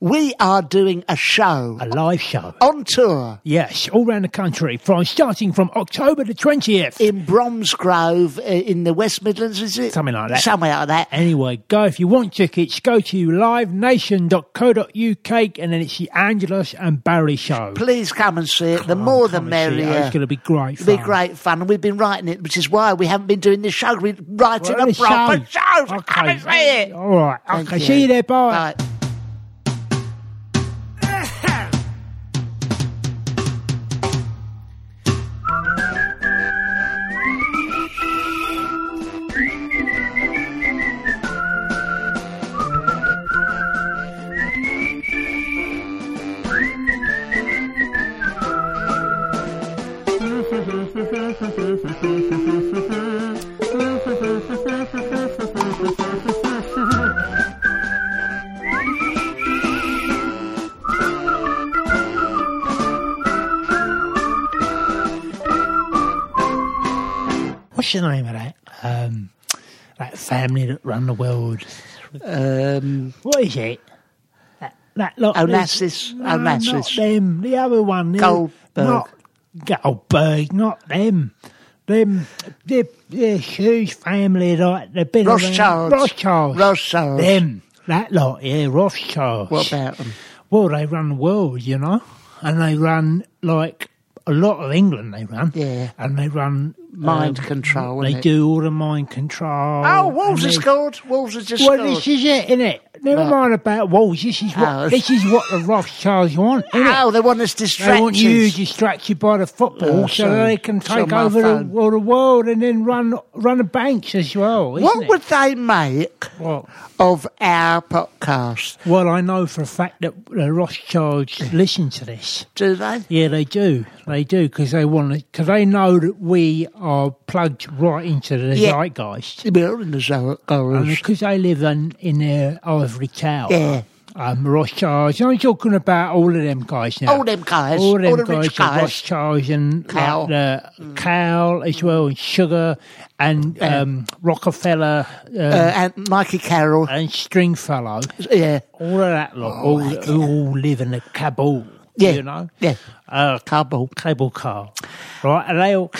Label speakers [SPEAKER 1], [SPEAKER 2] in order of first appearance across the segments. [SPEAKER 1] we are doing a show
[SPEAKER 2] A live show.
[SPEAKER 1] on tour
[SPEAKER 2] Yes, all round the country, from starting from October the 20th.
[SPEAKER 1] in Bromsgrove uh, in the West Midlands, is it?
[SPEAKER 2] Something like that.
[SPEAKER 1] Somewhere like that.
[SPEAKER 2] Anyway, go if you want tickets, go to livenation.co.uk and then it's the Angelos and Barry show.
[SPEAKER 1] Please come and see it. The more the
[SPEAKER 2] Come and see it.
[SPEAKER 1] merrier.
[SPEAKER 2] It's going to be great
[SPEAKER 1] It'll be
[SPEAKER 2] fun.
[SPEAKER 1] great fun, and we've been writing it, which is why we haven't been doing this show. We're writing
[SPEAKER 2] Well,
[SPEAKER 1] a
[SPEAKER 2] the
[SPEAKER 1] proper show. so
[SPEAKER 2] Okay.
[SPEAKER 1] Come and see it.
[SPEAKER 2] All right.
[SPEAKER 1] Thank
[SPEAKER 2] okay. See you there. Bye.
[SPEAKER 1] Right.
[SPEAKER 2] What's the name of that? Um, that family that run the world.
[SPEAKER 1] Um,
[SPEAKER 2] What is it? That, that lot.
[SPEAKER 1] Onassis.
[SPEAKER 2] No,
[SPEAKER 1] Onassis.
[SPEAKER 2] Not them. The other one. the-
[SPEAKER 1] Goldberg.
[SPEAKER 2] Not Goldberg. Not them. Them. They're, they're huge family. Like they've been around-
[SPEAKER 1] Rothschilds.
[SPEAKER 2] Rothschilds.
[SPEAKER 1] Rothschilds.
[SPEAKER 2] Them. That lot. Yeah. Rothschilds.
[SPEAKER 1] What about them?
[SPEAKER 2] Well, they run the world, you know, and they run like a lot of England. They run,
[SPEAKER 1] Yeah.
[SPEAKER 2] and they run um,
[SPEAKER 1] Mind control,
[SPEAKER 2] They
[SPEAKER 1] innit?
[SPEAKER 2] do all the mind control.
[SPEAKER 1] Oh, Wolves
[SPEAKER 2] and
[SPEAKER 1] has
[SPEAKER 2] they-
[SPEAKER 1] scored. Wolves has just
[SPEAKER 2] Well,
[SPEAKER 1] scored.
[SPEAKER 2] this is it, innit? Never
[SPEAKER 1] Right.
[SPEAKER 2] mind about walls. This is what
[SPEAKER 1] Oh.
[SPEAKER 2] this is what the Rothschilds want, innit?
[SPEAKER 1] Oh, they want us
[SPEAKER 2] They
[SPEAKER 1] distracted.
[SPEAKER 2] want you distracted by the football
[SPEAKER 1] Oh,
[SPEAKER 2] so that
[SPEAKER 1] sorry.
[SPEAKER 2] they can
[SPEAKER 1] It's on
[SPEAKER 2] take
[SPEAKER 1] my
[SPEAKER 2] over the,
[SPEAKER 1] phone.
[SPEAKER 2] all the world and then run run the banks as well. Isn't
[SPEAKER 1] what
[SPEAKER 2] it?
[SPEAKER 1] would they make
[SPEAKER 2] Well,
[SPEAKER 1] of our podcast?
[SPEAKER 2] well, I know for a fact that the Rothschilds listen to this.
[SPEAKER 1] Do they?
[SPEAKER 2] Yeah, they do. They do because they want to. Because they know that we are plugged right into the
[SPEAKER 1] Yeah.
[SPEAKER 2] zeitgeist.
[SPEAKER 1] We're in the zoo,
[SPEAKER 2] And
[SPEAKER 1] girls.
[SPEAKER 2] because they live in, in their ivory tower,
[SPEAKER 1] Yeah.
[SPEAKER 2] um, Rothschilds. I'm talking about all of them guys now.
[SPEAKER 1] All them guys.
[SPEAKER 2] all them
[SPEAKER 1] all the
[SPEAKER 2] guys,
[SPEAKER 1] rich guys.
[SPEAKER 2] the Rothschilds and
[SPEAKER 1] Cal. Mm.
[SPEAKER 2] like the Cal as well, and Sugar and um, Rockefeller uh,
[SPEAKER 1] Uh, and Mikey Carroll.
[SPEAKER 2] and Stringfellow.
[SPEAKER 1] yeah.
[SPEAKER 2] All of that lot, all, who all live in the Kabul.
[SPEAKER 1] Oh, Yeah.
[SPEAKER 2] you know,
[SPEAKER 1] Yeah.
[SPEAKER 2] uh,
[SPEAKER 1] Cardboard.
[SPEAKER 2] cable car, right? And they all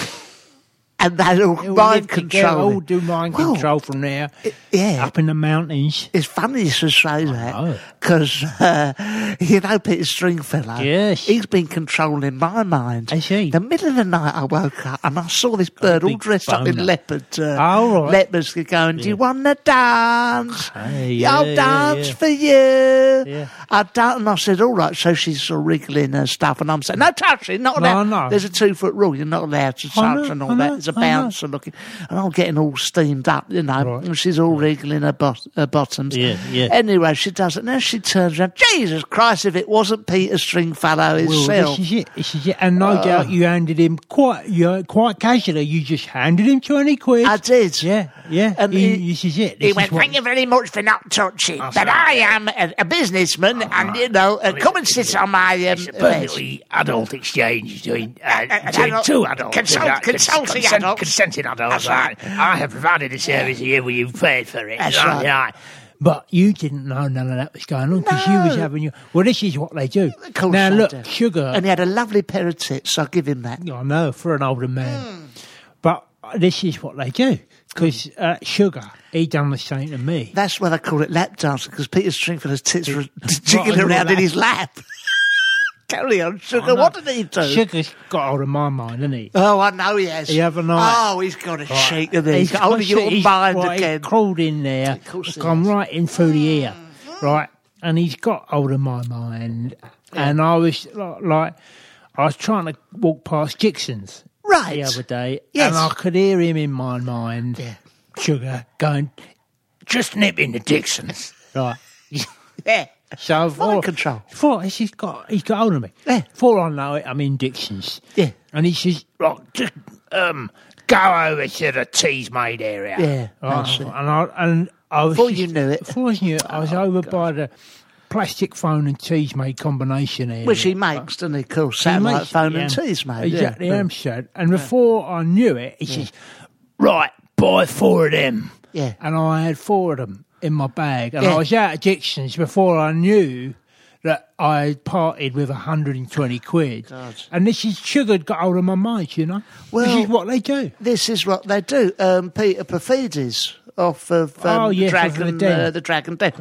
[SPEAKER 1] And they all
[SPEAKER 2] They all
[SPEAKER 1] mind
[SPEAKER 2] live together, All
[SPEAKER 1] control.
[SPEAKER 2] do mind
[SPEAKER 1] Well,
[SPEAKER 2] control from there.
[SPEAKER 1] yeah.
[SPEAKER 2] Up in the mountains.
[SPEAKER 1] It's funny you should say
[SPEAKER 2] know.
[SPEAKER 1] that because uh, you know Peter Stringfellow.
[SPEAKER 2] Yes.
[SPEAKER 1] he's been controlling my mind.
[SPEAKER 2] Has he?
[SPEAKER 1] The middle of the night, I woke up and I saw this bird all
[SPEAKER 2] big
[SPEAKER 1] dressed up in
[SPEAKER 2] boner.
[SPEAKER 1] leopard. Uh,
[SPEAKER 2] Oh, right.
[SPEAKER 1] leopards going. Do you want to dance?
[SPEAKER 2] Hey,
[SPEAKER 1] I'll
[SPEAKER 2] Ah, yeah, yeah,
[SPEAKER 1] dance
[SPEAKER 2] yeah.
[SPEAKER 1] for you.
[SPEAKER 2] Yeah.
[SPEAKER 1] I dance, and I said, all right. So she's sort of wriggling her stuff, and I'm saying, no touching, not
[SPEAKER 2] No,
[SPEAKER 1] allowed.
[SPEAKER 2] no.
[SPEAKER 1] There's a two foot rule. You're not allowed to
[SPEAKER 2] I know,
[SPEAKER 1] touch and
[SPEAKER 2] I
[SPEAKER 1] all that.
[SPEAKER 2] know,
[SPEAKER 1] There's a
[SPEAKER 2] I know.
[SPEAKER 1] bouncer looking, and I'm getting all steamed up, you know. And she's all wriggling her, bot- her bottoms.
[SPEAKER 2] Yeah, yeah.
[SPEAKER 1] Anyway, she does it. Now she turns around. Jesus Christ! If it wasn't Peter Stringfellow
[SPEAKER 2] Well,
[SPEAKER 1] himself,
[SPEAKER 2] this is it. This is it. And no
[SPEAKER 1] Uh.
[SPEAKER 2] doubt you handed him quite you quite casually. You just handed him twenty quid.
[SPEAKER 1] I did.
[SPEAKER 2] yeah, yeah.
[SPEAKER 1] And
[SPEAKER 2] He-
[SPEAKER 1] he-
[SPEAKER 2] this is it. This
[SPEAKER 1] He
[SPEAKER 2] is
[SPEAKER 1] went,
[SPEAKER 2] what-
[SPEAKER 1] thank you very much for not touching, but I am a, a businessman,
[SPEAKER 2] Uh-huh.
[SPEAKER 1] and you know, uh, come and sit on my um, desk."
[SPEAKER 3] perfectly adult exchange between, uh,
[SPEAKER 1] an
[SPEAKER 3] between
[SPEAKER 1] adult-
[SPEAKER 3] two adults.
[SPEAKER 1] consult-
[SPEAKER 3] without cons-
[SPEAKER 1] consulting
[SPEAKER 3] consent-
[SPEAKER 1] adults.
[SPEAKER 3] Consenting adults.
[SPEAKER 1] That's right.
[SPEAKER 3] I, I have provided a service here where you've paid for it.
[SPEAKER 1] That's right.
[SPEAKER 2] But you didn't know none of that was going on because you was
[SPEAKER 1] No.
[SPEAKER 2] having your. Well, this is what they do.
[SPEAKER 1] Of course
[SPEAKER 2] now
[SPEAKER 1] I
[SPEAKER 2] look,
[SPEAKER 1] do.
[SPEAKER 2] sugar.
[SPEAKER 1] And he had a lovely pair of tits. I'll give him that.
[SPEAKER 2] I know for an older man,
[SPEAKER 1] Hmm.
[SPEAKER 2] but this is what they do because uh, sugar. He done the same to me.
[SPEAKER 1] That's why they call it lap dancing because Peter Stringfellow's tits were jiggling
[SPEAKER 2] your
[SPEAKER 1] around in
[SPEAKER 2] lap. Oh,
[SPEAKER 1] his lap. Carry on, sugar. What did he do?
[SPEAKER 2] Sugar's got hold of my mind, hasn't he?
[SPEAKER 1] Oh, I know he has.
[SPEAKER 2] He have a night.
[SPEAKER 1] Oh, he's got a shake of this. He's got hold of your
[SPEAKER 2] he's-
[SPEAKER 1] mind
[SPEAKER 2] right,
[SPEAKER 1] again.
[SPEAKER 2] He's crawled in there,
[SPEAKER 1] course he
[SPEAKER 2] gone right in through the ear, right? And he's got hold of my mind. And I was like, like, I was trying to walk past Dixon's
[SPEAKER 1] Right.
[SPEAKER 2] the other day,
[SPEAKER 1] Yes.
[SPEAKER 2] and I could hear him in my mind, sugar, going,
[SPEAKER 3] Just nip into Dixon's.
[SPEAKER 2] right.
[SPEAKER 1] Yeah.
[SPEAKER 2] So I've
[SPEAKER 1] Mind
[SPEAKER 2] all-
[SPEAKER 1] control.
[SPEAKER 2] Thought he's got he's got hold of me.
[SPEAKER 1] Yeah.
[SPEAKER 2] Before I know it, I'm in Dixon's.
[SPEAKER 1] Yeah.
[SPEAKER 2] And he says,
[SPEAKER 3] Right, just um, go over to the tea's made area.
[SPEAKER 1] Yeah.
[SPEAKER 2] Right, and I and I was
[SPEAKER 1] Before
[SPEAKER 2] just-
[SPEAKER 1] you knew it. Oh,
[SPEAKER 2] Before I knew it, I was over by the plastic phone and cheese made combination area.
[SPEAKER 1] Which he makes, doesn't he? Of course,
[SPEAKER 2] He
[SPEAKER 1] satellite
[SPEAKER 2] makes-
[SPEAKER 1] phone and
[SPEAKER 2] yeah.
[SPEAKER 1] teas, mate. yeah.
[SPEAKER 2] Exactly, Amstrad. And before I knew it, he says,
[SPEAKER 3] Right, buy four of them.
[SPEAKER 1] Yeah.
[SPEAKER 2] and I had four of them in my bag, and
[SPEAKER 1] Yeah.
[SPEAKER 2] I was out of Dixon's before I knew that I parted with 120 quid. And this is sugar got hold of my mind, you know?
[SPEAKER 1] Well-
[SPEAKER 2] this is what they do.
[SPEAKER 1] This is what they do. Um, Peter Perfides off of um,
[SPEAKER 2] Oh, yes, off of
[SPEAKER 1] Dragon,
[SPEAKER 2] the Den.
[SPEAKER 1] uh, the Dragon Den.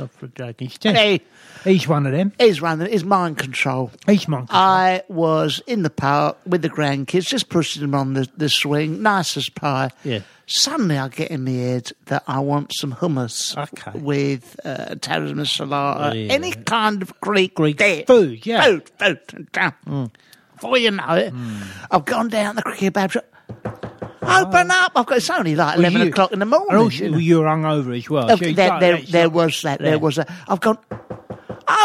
[SPEAKER 2] Hey.
[SPEAKER 1] Hey.
[SPEAKER 2] He's one of them.
[SPEAKER 1] He's one. that- He's mind control.
[SPEAKER 2] He's my
[SPEAKER 1] I was in the park with the grandkids, just pushing them on the, the swing, nice as pie.
[SPEAKER 2] Yeah.
[SPEAKER 1] Suddenly, I get in my head that I want some hummus
[SPEAKER 2] Okay.
[SPEAKER 1] with uh, tarragon salata,
[SPEAKER 2] Yeah.
[SPEAKER 1] any kind of Greek,
[SPEAKER 2] Greek
[SPEAKER 1] dish.
[SPEAKER 2] food, yeah. Mm.
[SPEAKER 1] food, food. and down. Before you know it, I've gone down the cricket bab. shop. Open up! I've got it's only like eleven
[SPEAKER 2] Oh. you-
[SPEAKER 1] o'clock in the morning.
[SPEAKER 2] And also,
[SPEAKER 1] you know.
[SPEAKER 2] you were hungover as well.
[SPEAKER 1] Oh,
[SPEAKER 2] so you
[SPEAKER 1] there,
[SPEAKER 2] can't-
[SPEAKER 1] there,
[SPEAKER 2] that's
[SPEAKER 1] there
[SPEAKER 2] not-
[SPEAKER 1] was that. There
[SPEAKER 2] Yeah.
[SPEAKER 1] was that. I've gone,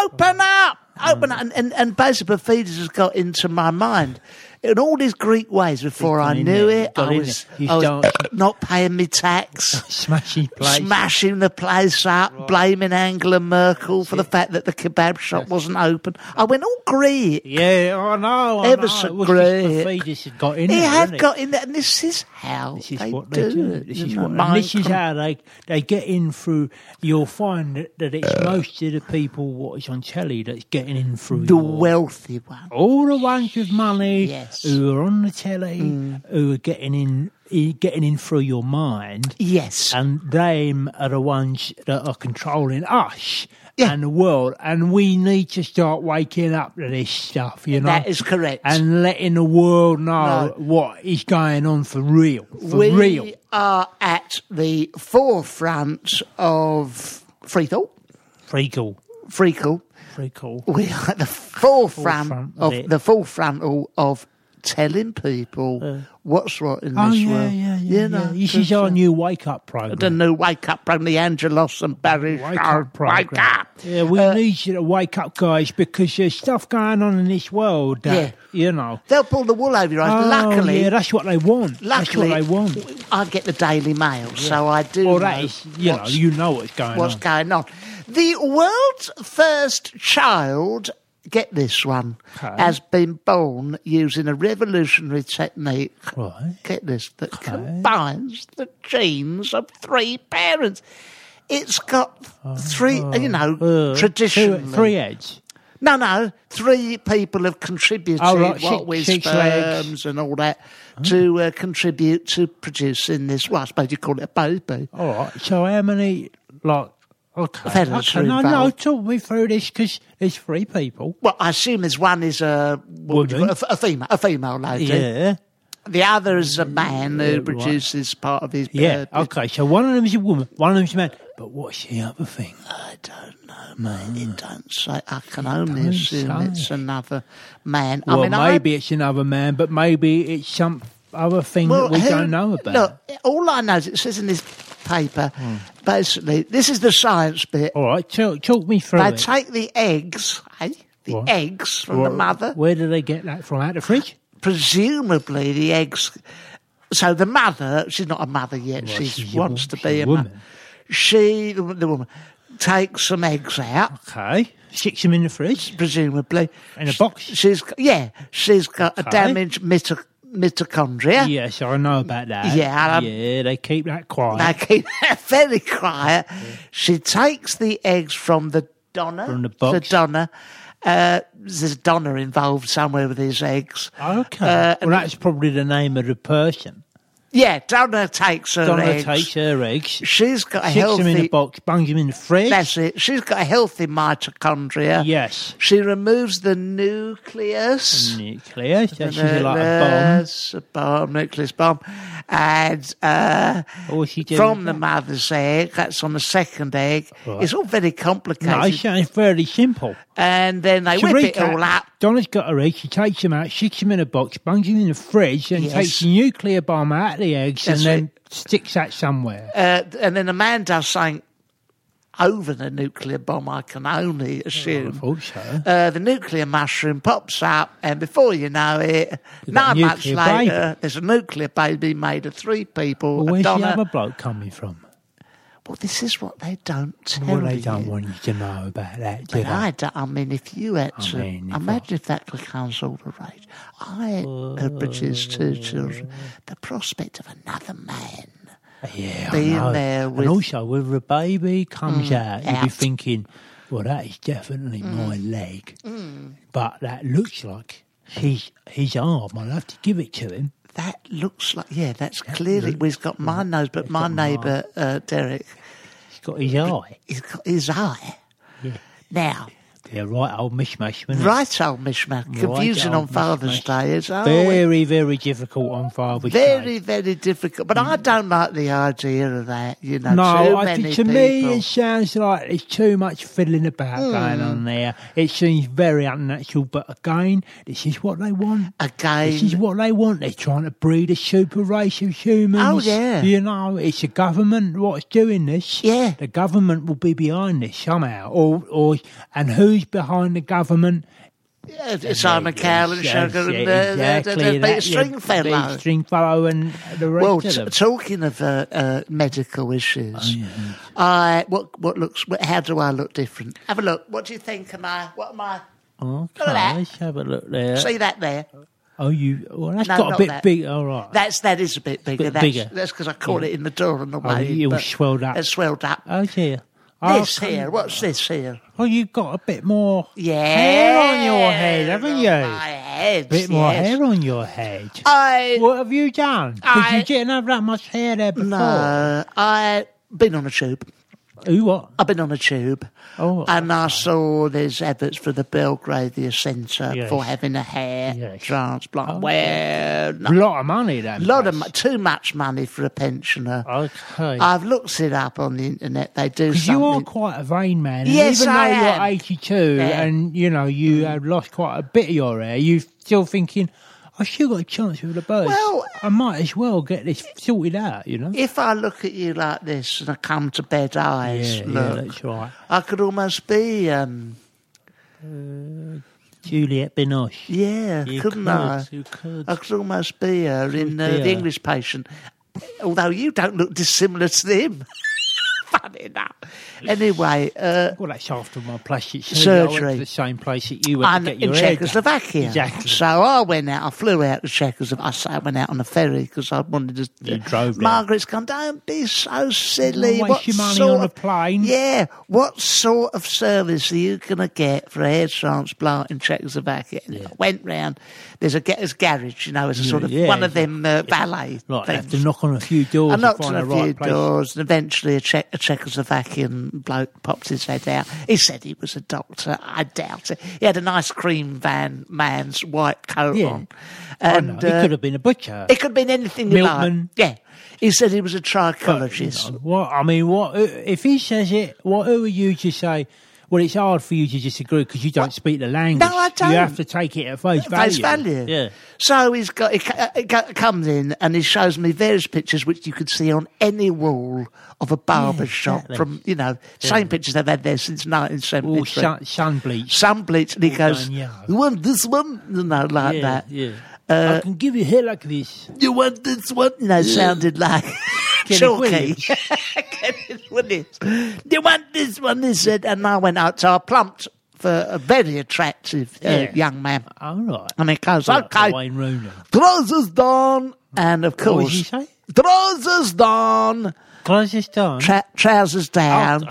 [SPEAKER 1] open up, open up. And, and, and basically, Fides has got into my mind in all these Greek ways before I
[SPEAKER 2] in
[SPEAKER 1] knew
[SPEAKER 2] there,
[SPEAKER 1] it.
[SPEAKER 2] got
[SPEAKER 1] I
[SPEAKER 2] in
[SPEAKER 1] was,
[SPEAKER 2] there. You
[SPEAKER 1] I was
[SPEAKER 2] start-
[SPEAKER 1] not paying me tax.
[SPEAKER 2] Smashing place.
[SPEAKER 1] Smashing the place up, blaming Angela Merkel for the fact that the kebab shop wasn't open. I went all Greek.
[SPEAKER 2] Yeah, I know. I
[SPEAKER 1] Ever
[SPEAKER 2] know.
[SPEAKER 1] so
[SPEAKER 2] It was just
[SPEAKER 1] great.
[SPEAKER 2] The fetus had got in
[SPEAKER 1] He
[SPEAKER 2] there,
[SPEAKER 1] had
[SPEAKER 2] hadn't it?
[SPEAKER 1] got in there, and this is how
[SPEAKER 2] This is
[SPEAKER 1] they,
[SPEAKER 2] what
[SPEAKER 1] do
[SPEAKER 2] they do.
[SPEAKER 1] it.
[SPEAKER 2] This
[SPEAKER 1] you
[SPEAKER 2] is
[SPEAKER 1] know,
[SPEAKER 2] what, and
[SPEAKER 1] mind
[SPEAKER 2] this is
[SPEAKER 1] con-
[SPEAKER 2] how they they get in through. You'll find that, that it's most of the people what is on telly that's getting in through
[SPEAKER 1] the
[SPEAKER 2] your-
[SPEAKER 1] wealthy one.
[SPEAKER 2] all the ones with money
[SPEAKER 1] Yes. Mm.
[SPEAKER 2] who are on the telly who are getting in i- getting in through your mind,
[SPEAKER 1] Yes.
[SPEAKER 2] and they are the ones that are controlling us.
[SPEAKER 1] Yeah.
[SPEAKER 2] And the world, and we need to start waking up to this stuff, you know.
[SPEAKER 1] That is correct.
[SPEAKER 2] and letting the world know what is going on for real. For
[SPEAKER 1] we
[SPEAKER 2] real.
[SPEAKER 1] are at the forefront of free thought,
[SPEAKER 2] Pretty cool.
[SPEAKER 1] free call.
[SPEAKER 2] Pretty cool.
[SPEAKER 1] We are at the forefront,
[SPEAKER 2] Forefront of
[SPEAKER 1] of,
[SPEAKER 2] it.
[SPEAKER 1] the full frontal of telling people what's right in
[SPEAKER 2] Uh. Oh,
[SPEAKER 1] this
[SPEAKER 2] yeah,
[SPEAKER 1] world.
[SPEAKER 2] yeah, yeah,
[SPEAKER 1] You know,
[SPEAKER 2] yeah. This is our new wake up program.
[SPEAKER 1] the new wake up from the Angelos and Barry
[SPEAKER 2] Wake
[SPEAKER 1] show.
[SPEAKER 2] up program.
[SPEAKER 1] Wake up. Uh,
[SPEAKER 2] Yeah, we need you to wake up, guys, because there's stuff going on in this world that, you know.
[SPEAKER 1] They'll pull the wool over your eyes.
[SPEAKER 2] Oh,
[SPEAKER 1] luckily,
[SPEAKER 2] yeah, that's what they want.
[SPEAKER 1] luckily,
[SPEAKER 2] that's what they want.
[SPEAKER 1] I get the Daily Mail, so I do.
[SPEAKER 2] Well,
[SPEAKER 1] know
[SPEAKER 2] that is, you know,
[SPEAKER 1] what's
[SPEAKER 2] you know what's going
[SPEAKER 1] what's
[SPEAKER 2] on.
[SPEAKER 1] going on. The world's first child, get this one,
[SPEAKER 2] Okay.
[SPEAKER 1] has been born using a revolutionary technique.
[SPEAKER 2] Right.
[SPEAKER 1] Get this, that combines the genes of three parents. It's got three, you know,
[SPEAKER 2] Uh-huh. Uh,
[SPEAKER 1] traditionally.
[SPEAKER 2] two- three heads.
[SPEAKER 1] No, no, three people have contributed
[SPEAKER 2] Oh, right,
[SPEAKER 1] what
[SPEAKER 2] six-
[SPEAKER 1] with
[SPEAKER 2] six legs.
[SPEAKER 1] sperms and all that
[SPEAKER 2] Oh.
[SPEAKER 1] to uh, contribute to producing this. Well, I suppose you call it a baby.
[SPEAKER 2] All right. So how many like? Okay.
[SPEAKER 1] Fellas
[SPEAKER 2] okay
[SPEAKER 1] are
[SPEAKER 2] no, no.
[SPEAKER 1] involved.
[SPEAKER 2] Talk me through this because there's three people.
[SPEAKER 1] Well, I assume there's one is a what would you
[SPEAKER 2] Woman.
[SPEAKER 1] call it? a, f- a female, a female lady.
[SPEAKER 2] Yeah.
[SPEAKER 1] The other is a man
[SPEAKER 2] Yeah,
[SPEAKER 1] who
[SPEAKER 2] right.
[SPEAKER 1] produces part of his.
[SPEAKER 2] Yeah.
[SPEAKER 1] uh,
[SPEAKER 2] okay. So one of them is a woman. One of them is a man. But what's the other thing?
[SPEAKER 1] I don't know, man. It don't say. I can only
[SPEAKER 2] don't
[SPEAKER 1] assume
[SPEAKER 2] say.
[SPEAKER 1] it's another man.
[SPEAKER 2] Well,
[SPEAKER 1] I mean, I-
[SPEAKER 2] maybe it's another man, but maybe it's some other thing that we
[SPEAKER 1] who-
[SPEAKER 2] don't know about. Hmm.
[SPEAKER 1] Look, all I know is it says in this paper, basically, this is the science bit.
[SPEAKER 2] All right. Talk, talk me through
[SPEAKER 1] They
[SPEAKER 2] it.
[SPEAKER 1] take the eggs, eh? The
[SPEAKER 2] Right.
[SPEAKER 1] eggs from
[SPEAKER 2] Well,
[SPEAKER 1] the mother.
[SPEAKER 2] Where do they get that from? Out the fridge?
[SPEAKER 1] presumably the eggs. So the mother, she's not a mother yet.
[SPEAKER 2] Well,
[SPEAKER 1] she
[SPEAKER 2] she's a
[SPEAKER 1] wants
[SPEAKER 2] wo-
[SPEAKER 1] to
[SPEAKER 2] she's
[SPEAKER 1] be
[SPEAKER 2] a
[SPEAKER 1] a
[SPEAKER 2] woman.
[SPEAKER 1] Mother. She, the, the woman, takes some eggs out.
[SPEAKER 2] Okay. Sticks them in the fridge
[SPEAKER 1] Presumably,
[SPEAKER 2] in a box.
[SPEAKER 1] she's g- yeah, she's got
[SPEAKER 2] Okay.
[SPEAKER 1] a damaged mito- mitochondria.
[SPEAKER 2] Yes, I know about that.
[SPEAKER 1] Yeah, um,
[SPEAKER 2] yeah, they keep that quiet
[SPEAKER 1] Now keep that very quiet. She takes the eggs from the donor.
[SPEAKER 2] From the box.
[SPEAKER 1] donor. Uh, there's a donor involved somewhere with these eggs.
[SPEAKER 2] Okay.
[SPEAKER 1] Uh,
[SPEAKER 2] well, that's probably the name of the person.
[SPEAKER 1] Yeah, donor takes her
[SPEAKER 2] Donna
[SPEAKER 1] eggs.
[SPEAKER 2] takes her eggs,
[SPEAKER 1] She's got a
[SPEAKER 2] sticks them in a
[SPEAKER 1] healthy
[SPEAKER 2] box, bungs them in the fridge.
[SPEAKER 1] That's it. She's got a healthy mitochondria.
[SPEAKER 2] yes.
[SPEAKER 1] She removes the nucleus.
[SPEAKER 2] Nuclear. So Mm, she's like a
[SPEAKER 1] Nucleus, a bomb, nucleus bomb, and uh,
[SPEAKER 2] bomb. Or she does
[SPEAKER 1] from the mother's egg. That's on the second egg.
[SPEAKER 2] Right.
[SPEAKER 1] It's all very
[SPEAKER 2] No, it
[SPEAKER 1] complicated.
[SPEAKER 2] sounds fairly simple.
[SPEAKER 1] and then they
[SPEAKER 2] To
[SPEAKER 1] whip it
[SPEAKER 2] recap,
[SPEAKER 1] all up.
[SPEAKER 2] Donna's got her eggs, she takes them out, sticks them in a box, bungs them in the fridge, and
[SPEAKER 1] Yes.
[SPEAKER 2] takes the nuclear bomb out of the eggs
[SPEAKER 1] That's
[SPEAKER 2] and then sticks that somewhere.
[SPEAKER 1] Uh, and then a man does something over the nuclear bomb. I can only
[SPEAKER 2] Oh,
[SPEAKER 1] assume.
[SPEAKER 2] I thought so.
[SPEAKER 1] uh, the nuclear mushroom pops up, and before you know it,
[SPEAKER 2] got
[SPEAKER 1] nine
[SPEAKER 2] a
[SPEAKER 1] months
[SPEAKER 2] nuclear
[SPEAKER 1] later, there's a nuclear baby made of three people.
[SPEAKER 2] Well,
[SPEAKER 1] a
[SPEAKER 2] where's the
[SPEAKER 1] Donna-
[SPEAKER 2] other bloke coming from?
[SPEAKER 1] Well, this is what they don't tell
[SPEAKER 2] Well, they
[SPEAKER 1] you.
[SPEAKER 2] don't want you to know about that, do
[SPEAKER 1] But
[SPEAKER 2] they?
[SPEAKER 1] I, don't- I mean, if you had
[SPEAKER 2] I
[SPEAKER 1] to,
[SPEAKER 2] mean, if
[SPEAKER 1] imagine if that becomes all the rage. I had produced two children. The prospect of another man.
[SPEAKER 2] Yeah,
[SPEAKER 1] being
[SPEAKER 2] I know.
[SPEAKER 1] there with- Mm,
[SPEAKER 2] and also with a baby comes out, you'd be
[SPEAKER 1] out. Mm.
[SPEAKER 2] thinking, well, that is definitely my leg, but that looks like his his arm. I'll have to give it to him.
[SPEAKER 1] That looks like yeah. That's clearly he's got my nose, but my neighbour uh, Derek,
[SPEAKER 2] He's got his eye.
[SPEAKER 1] he's got his eye.
[SPEAKER 2] Yeah.
[SPEAKER 1] Now,
[SPEAKER 2] They're right old mishmash, isn't it?
[SPEAKER 1] right old mishmash, confusing on
[SPEAKER 2] old
[SPEAKER 1] Father's
[SPEAKER 2] mishmash.
[SPEAKER 1] Day is oh,
[SPEAKER 2] Very, very difficult on Father's Day.
[SPEAKER 1] very very difficult. But I don't like the idea of that. You know, too
[SPEAKER 2] Mm. No, I
[SPEAKER 1] many
[SPEAKER 2] think to
[SPEAKER 1] people. Mm.
[SPEAKER 2] me it sounds like there's too much fiddling about going on there. It seems very unnatural, but again, this is what they want. This is
[SPEAKER 1] again, uh,
[SPEAKER 2] what they want. They're trying to breed a super race of humans.
[SPEAKER 1] Oh, yeah.
[SPEAKER 2] You know, it's the government what's doing this.
[SPEAKER 1] Yeah.
[SPEAKER 2] The government will be behind this somehow. Or, or and who's behind the government?
[SPEAKER 1] yeah, Simon Cowell and
[SPEAKER 2] Yes,
[SPEAKER 1] Sugar
[SPEAKER 2] yeah,
[SPEAKER 1] and uh, the-
[SPEAKER 2] exactly
[SPEAKER 1] the- the
[SPEAKER 2] that, yeah,
[SPEAKER 1] big string fellow.
[SPEAKER 2] big Stringfellow and the rest
[SPEAKER 1] Well,
[SPEAKER 2] of
[SPEAKER 1] t-
[SPEAKER 2] them.
[SPEAKER 1] talking of uh, uh, medical issues,
[SPEAKER 2] Oh,
[SPEAKER 1] I what what looks what, how do I look different? Have a look. What do you think? Am I? What am I?
[SPEAKER 2] Okay,
[SPEAKER 1] Look at that.
[SPEAKER 2] let's have a look there.
[SPEAKER 1] See that there?
[SPEAKER 2] Oh, you. Well, that's
[SPEAKER 1] No,
[SPEAKER 2] got a
[SPEAKER 1] not
[SPEAKER 2] bit
[SPEAKER 1] that.
[SPEAKER 2] big. All right.
[SPEAKER 1] That's that is a bit bigger.
[SPEAKER 2] bit
[SPEAKER 1] that's
[SPEAKER 2] bigger. Oh,
[SPEAKER 1] that's because I caught it in the door on the way.
[SPEAKER 2] you
[SPEAKER 1] but
[SPEAKER 2] swelled up.
[SPEAKER 1] It swelled up.
[SPEAKER 2] oh dear.
[SPEAKER 1] this
[SPEAKER 2] okay.
[SPEAKER 1] here. What's this here?
[SPEAKER 2] Oh, you've got a bit more
[SPEAKER 1] Yeah.
[SPEAKER 2] hair on your head, haven't
[SPEAKER 1] on
[SPEAKER 2] you?
[SPEAKER 1] My head.
[SPEAKER 2] bit more
[SPEAKER 1] yes. Oh,
[SPEAKER 2] hair on your head.
[SPEAKER 1] I
[SPEAKER 2] what have you done? Because
[SPEAKER 1] I-
[SPEAKER 2] you didn't have that much hair there before.
[SPEAKER 1] no. I been on a tube.
[SPEAKER 2] Ooh, what?
[SPEAKER 1] I've been on a tube,
[SPEAKER 2] Oh,
[SPEAKER 1] and I saw there's adverts for the Belgravia Centre
[SPEAKER 2] Yes.
[SPEAKER 1] for having a hair
[SPEAKER 2] Yes. Oh,
[SPEAKER 1] transplant. well, no,
[SPEAKER 2] A lot of money then.
[SPEAKER 1] a lot of mo- too much money for a pensioner.
[SPEAKER 2] Okay.
[SPEAKER 1] I've looked it up on the internet. They do
[SPEAKER 2] because you are
[SPEAKER 1] something.
[SPEAKER 2] quite a vain man. and
[SPEAKER 1] Yes,
[SPEAKER 2] even though
[SPEAKER 1] I
[SPEAKER 2] you're
[SPEAKER 1] am.
[SPEAKER 2] 82
[SPEAKER 1] Yeah. Mm.
[SPEAKER 2] and, you know, you have lost quite a bit of your hair, you're still thinking, i still got a chance with the birds.
[SPEAKER 1] Well-
[SPEAKER 2] I might as well get this sorted out, you know?
[SPEAKER 1] if I look at you like this and I come to bed eyes,
[SPEAKER 2] yeah, yeah,
[SPEAKER 1] look,
[SPEAKER 2] that's right.
[SPEAKER 1] I could almost be, um,
[SPEAKER 2] Juliette Binoche.
[SPEAKER 1] yeah,
[SPEAKER 2] You
[SPEAKER 1] couldn't
[SPEAKER 2] could,
[SPEAKER 1] I?
[SPEAKER 2] you could.
[SPEAKER 1] I could almost be her in uh,
[SPEAKER 2] be
[SPEAKER 1] the
[SPEAKER 2] her.
[SPEAKER 1] English Patient, although you don't look dissimilar to him. Funny enough. Anyway, uh,
[SPEAKER 2] Well, that's after my plastic surgery. I went
[SPEAKER 1] Surgery.
[SPEAKER 2] to the same place that you went
[SPEAKER 1] I'm
[SPEAKER 2] to get your
[SPEAKER 1] in
[SPEAKER 2] hair done.
[SPEAKER 1] Czechoslovakia.
[SPEAKER 2] Exactly.
[SPEAKER 1] So I went out, I flew out to Czechoslovakia. I say I went out on a ferry because I wanted to.
[SPEAKER 2] You drove down.
[SPEAKER 1] Margaret's gone, don't be so silly.
[SPEAKER 2] Don't
[SPEAKER 1] what
[SPEAKER 2] waste your money
[SPEAKER 1] sort
[SPEAKER 2] on a
[SPEAKER 1] of-
[SPEAKER 2] plane."
[SPEAKER 1] Yeah. What sort of service are you going to get for a hair transplant in Czechoslovakia? And I went round. There's a getter's garage, you know, it's a sort of
[SPEAKER 2] yeah,
[SPEAKER 1] one of them uh, valet
[SPEAKER 2] Right, I have
[SPEAKER 1] things.
[SPEAKER 2] to knock on a few doors
[SPEAKER 1] I
[SPEAKER 2] to
[SPEAKER 1] knocked on
[SPEAKER 2] find
[SPEAKER 1] a
[SPEAKER 2] the
[SPEAKER 1] few
[SPEAKER 2] right place.
[SPEAKER 1] doors, and eventually a, che- a Czechoslovakian bloke popped his head out. He said he was a doctor. I doubt it. He had an ice cream van man's white coat
[SPEAKER 2] Yeah.
[SPEAKER 1] on,
[SPEAKER 2] I know,
[SPEAKER 1] and
[SPEAKER 2] it
[SPEAKER 1] uh,
[SPEAKER 2] could have been a butcher.
[SPEAKER 1] it could have been anything you like.
[SPEAKER 2] Milkman.
[SPEAKER 1] Yeah, he said he was a
[SPEAKER 2] But,
[SPEAKER 1] trichologist.
[SPEAKER 2] you know, what I mean, what if he says it? What who are you to say? Well, it's hard for you to disagree because you don't speak the language.
[SPEAKER 1] No, I don't.
[SPEAKER 2] You have to take it at face value.
[SPEAKER 1] Face value.
[SPEAKER 2] Yeah.
[SPEAKER 1] So he's got he, co- he co- comes in and he shows me various pictures which you could see on any wall of a barber shop
[SPEAKER 2] exactly.
[SPEAKER 1] from you know same pictures they've had there since
[SPEAKER 2] All
[SPEAKER 1] 1973.
[SPEAKER 2] sun, sun bleach.
[SPEAKER 1] Some bleach, and he goes,
[SPEAKER 2] done, yeah.
[SPEAKER 1] "You want this one?" You know, like
[SPEAKER 2] Oh, yeah,
[SPEAKER 1] that. Uh,
[SPEAKER 2] Yeah. I can give you hair like this.
[SPEAKER 1] You want this one? And I sounded like
[SPEAKER 2] Kenny
[SPEAKER 1] chalky.
[SPEAKER 2] Williams.
[SPEAKER 1] Kenny Williams. You want this one? He said, and I went out. So I plumped for a very attractive uh,
[SPEAKER 2] Yeah.
[SPEAKER 1] young man,
[SPEAKER 2] All right.
[SPEAKER 1] and he goes,
[SPEAKER 2] Like
[SPEAKER 1] "Okay,
[SPEAKER 2] Wayne Rooney.
[SPEAKER 1] trousers down." And of course,
[SPEAKER 2] What did he say?
[SPEAKER 1] trousers down,
[SPEAKER 2] Close this down.
[SPEAKER 1] tra- trousers down.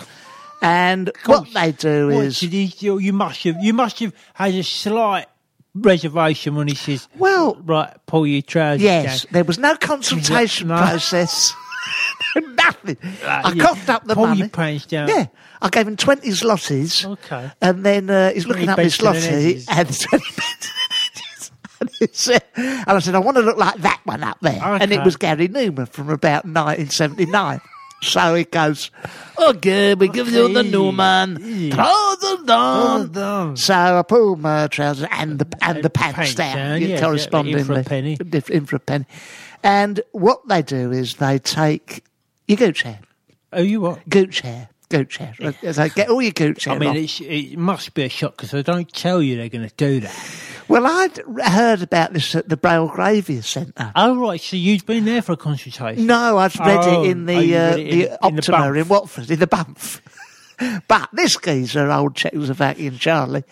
[SPEAKER 1] And what they do
[SPEAKER 2] Oh, What
[SPEAKER 1] is
[SPEAKER 2] did he do? You must have. You must have had a slight reservation when he says,
[SPEAKER 1] Well-
[SPEAKER 2] right, pull your trousers
[SPEAKER 1] Yes,
[SPEAKER 2] down."
[SPEAKER 1] there was no consultation
[SPEAKER 2] No.
[SPEAKER 1] process. Nothing. I
[SPEAKER 2] yeah.
[SPEAKER 1] coughed up the
[SPEAKER 2] Pull your
[SPEAKER 1] money.
[SPEAKER 2] pants down.
[SPEAKER 1] Yeah, I gave him twenty zlotties.
[SPEAKER 2] Okay.
[SPEAKER 1] And then uh, he's looking up this
[SPEAKER 2] beds and
[SPEAKER 1] lottie
[SPEAKER 2] edges.
[SPEAKER 1] and 20 beds and edges. And he said- and I said, I want to look like that one up there. And it
[SPEAKER 2] Okay.
[SPEAKER 1] was Gary Newman from about 1979. So he goes, okay, we give you the
[SPEAKER 2] Okay.
[SPEAKER 1] Newman. Trousers
[SPEAKER 2] Trousers
[SPEAKER 1] down.
[SPEAKER 2] down.
[SPEAKER 1] So I pulled my trousers and the, and the pants,
[SPEAKER 2] pants
[SPEAKER 1] down,
[SPEAKER 2] down,
[SPEAKER 1] you
[SPEAKER 2] yeah,
[SPEAKER 1] correspondingly.
[SPEAKER 2] in for a penny.
[SPEAKER 1] Dif- In for a penny. And what they do is they take your gooch hair,
[SPEAKER 2] Oh, you what?
[SPEAKER 1] gooch hair, gooch hair. They get all your gooch hair
[SPEAKER 2] I mean,
[SPEAKER 1] off.
[SPEAKER 2] it's, it must be a shock because they don't tell you they're going to do that.
[SPEAKER 1] Well, I'd heard about this at the Belgravia Centre.
[SPEAKER 2] Oh, right. So you've been there for a consultation.
[SPEAKER 1] No, I'd read
[SPEAKER 2] Oh,
[SPEAKER 1] it in
[SPEAKER 2] oh,
[SPEAKER 1] the
[SPEAKER 2] you
[SPEAKER 1] uh,
[SPEAKER 2] read it in-
[SPEAKER 1] the
[SPEAKER 2] in the
[SPEAKER 1] Optima
[SPEAKER 2] Banff.
[SPEAKER 1] in Watford, in the Banff. but this geezer, old Czechoslovakian Charlie,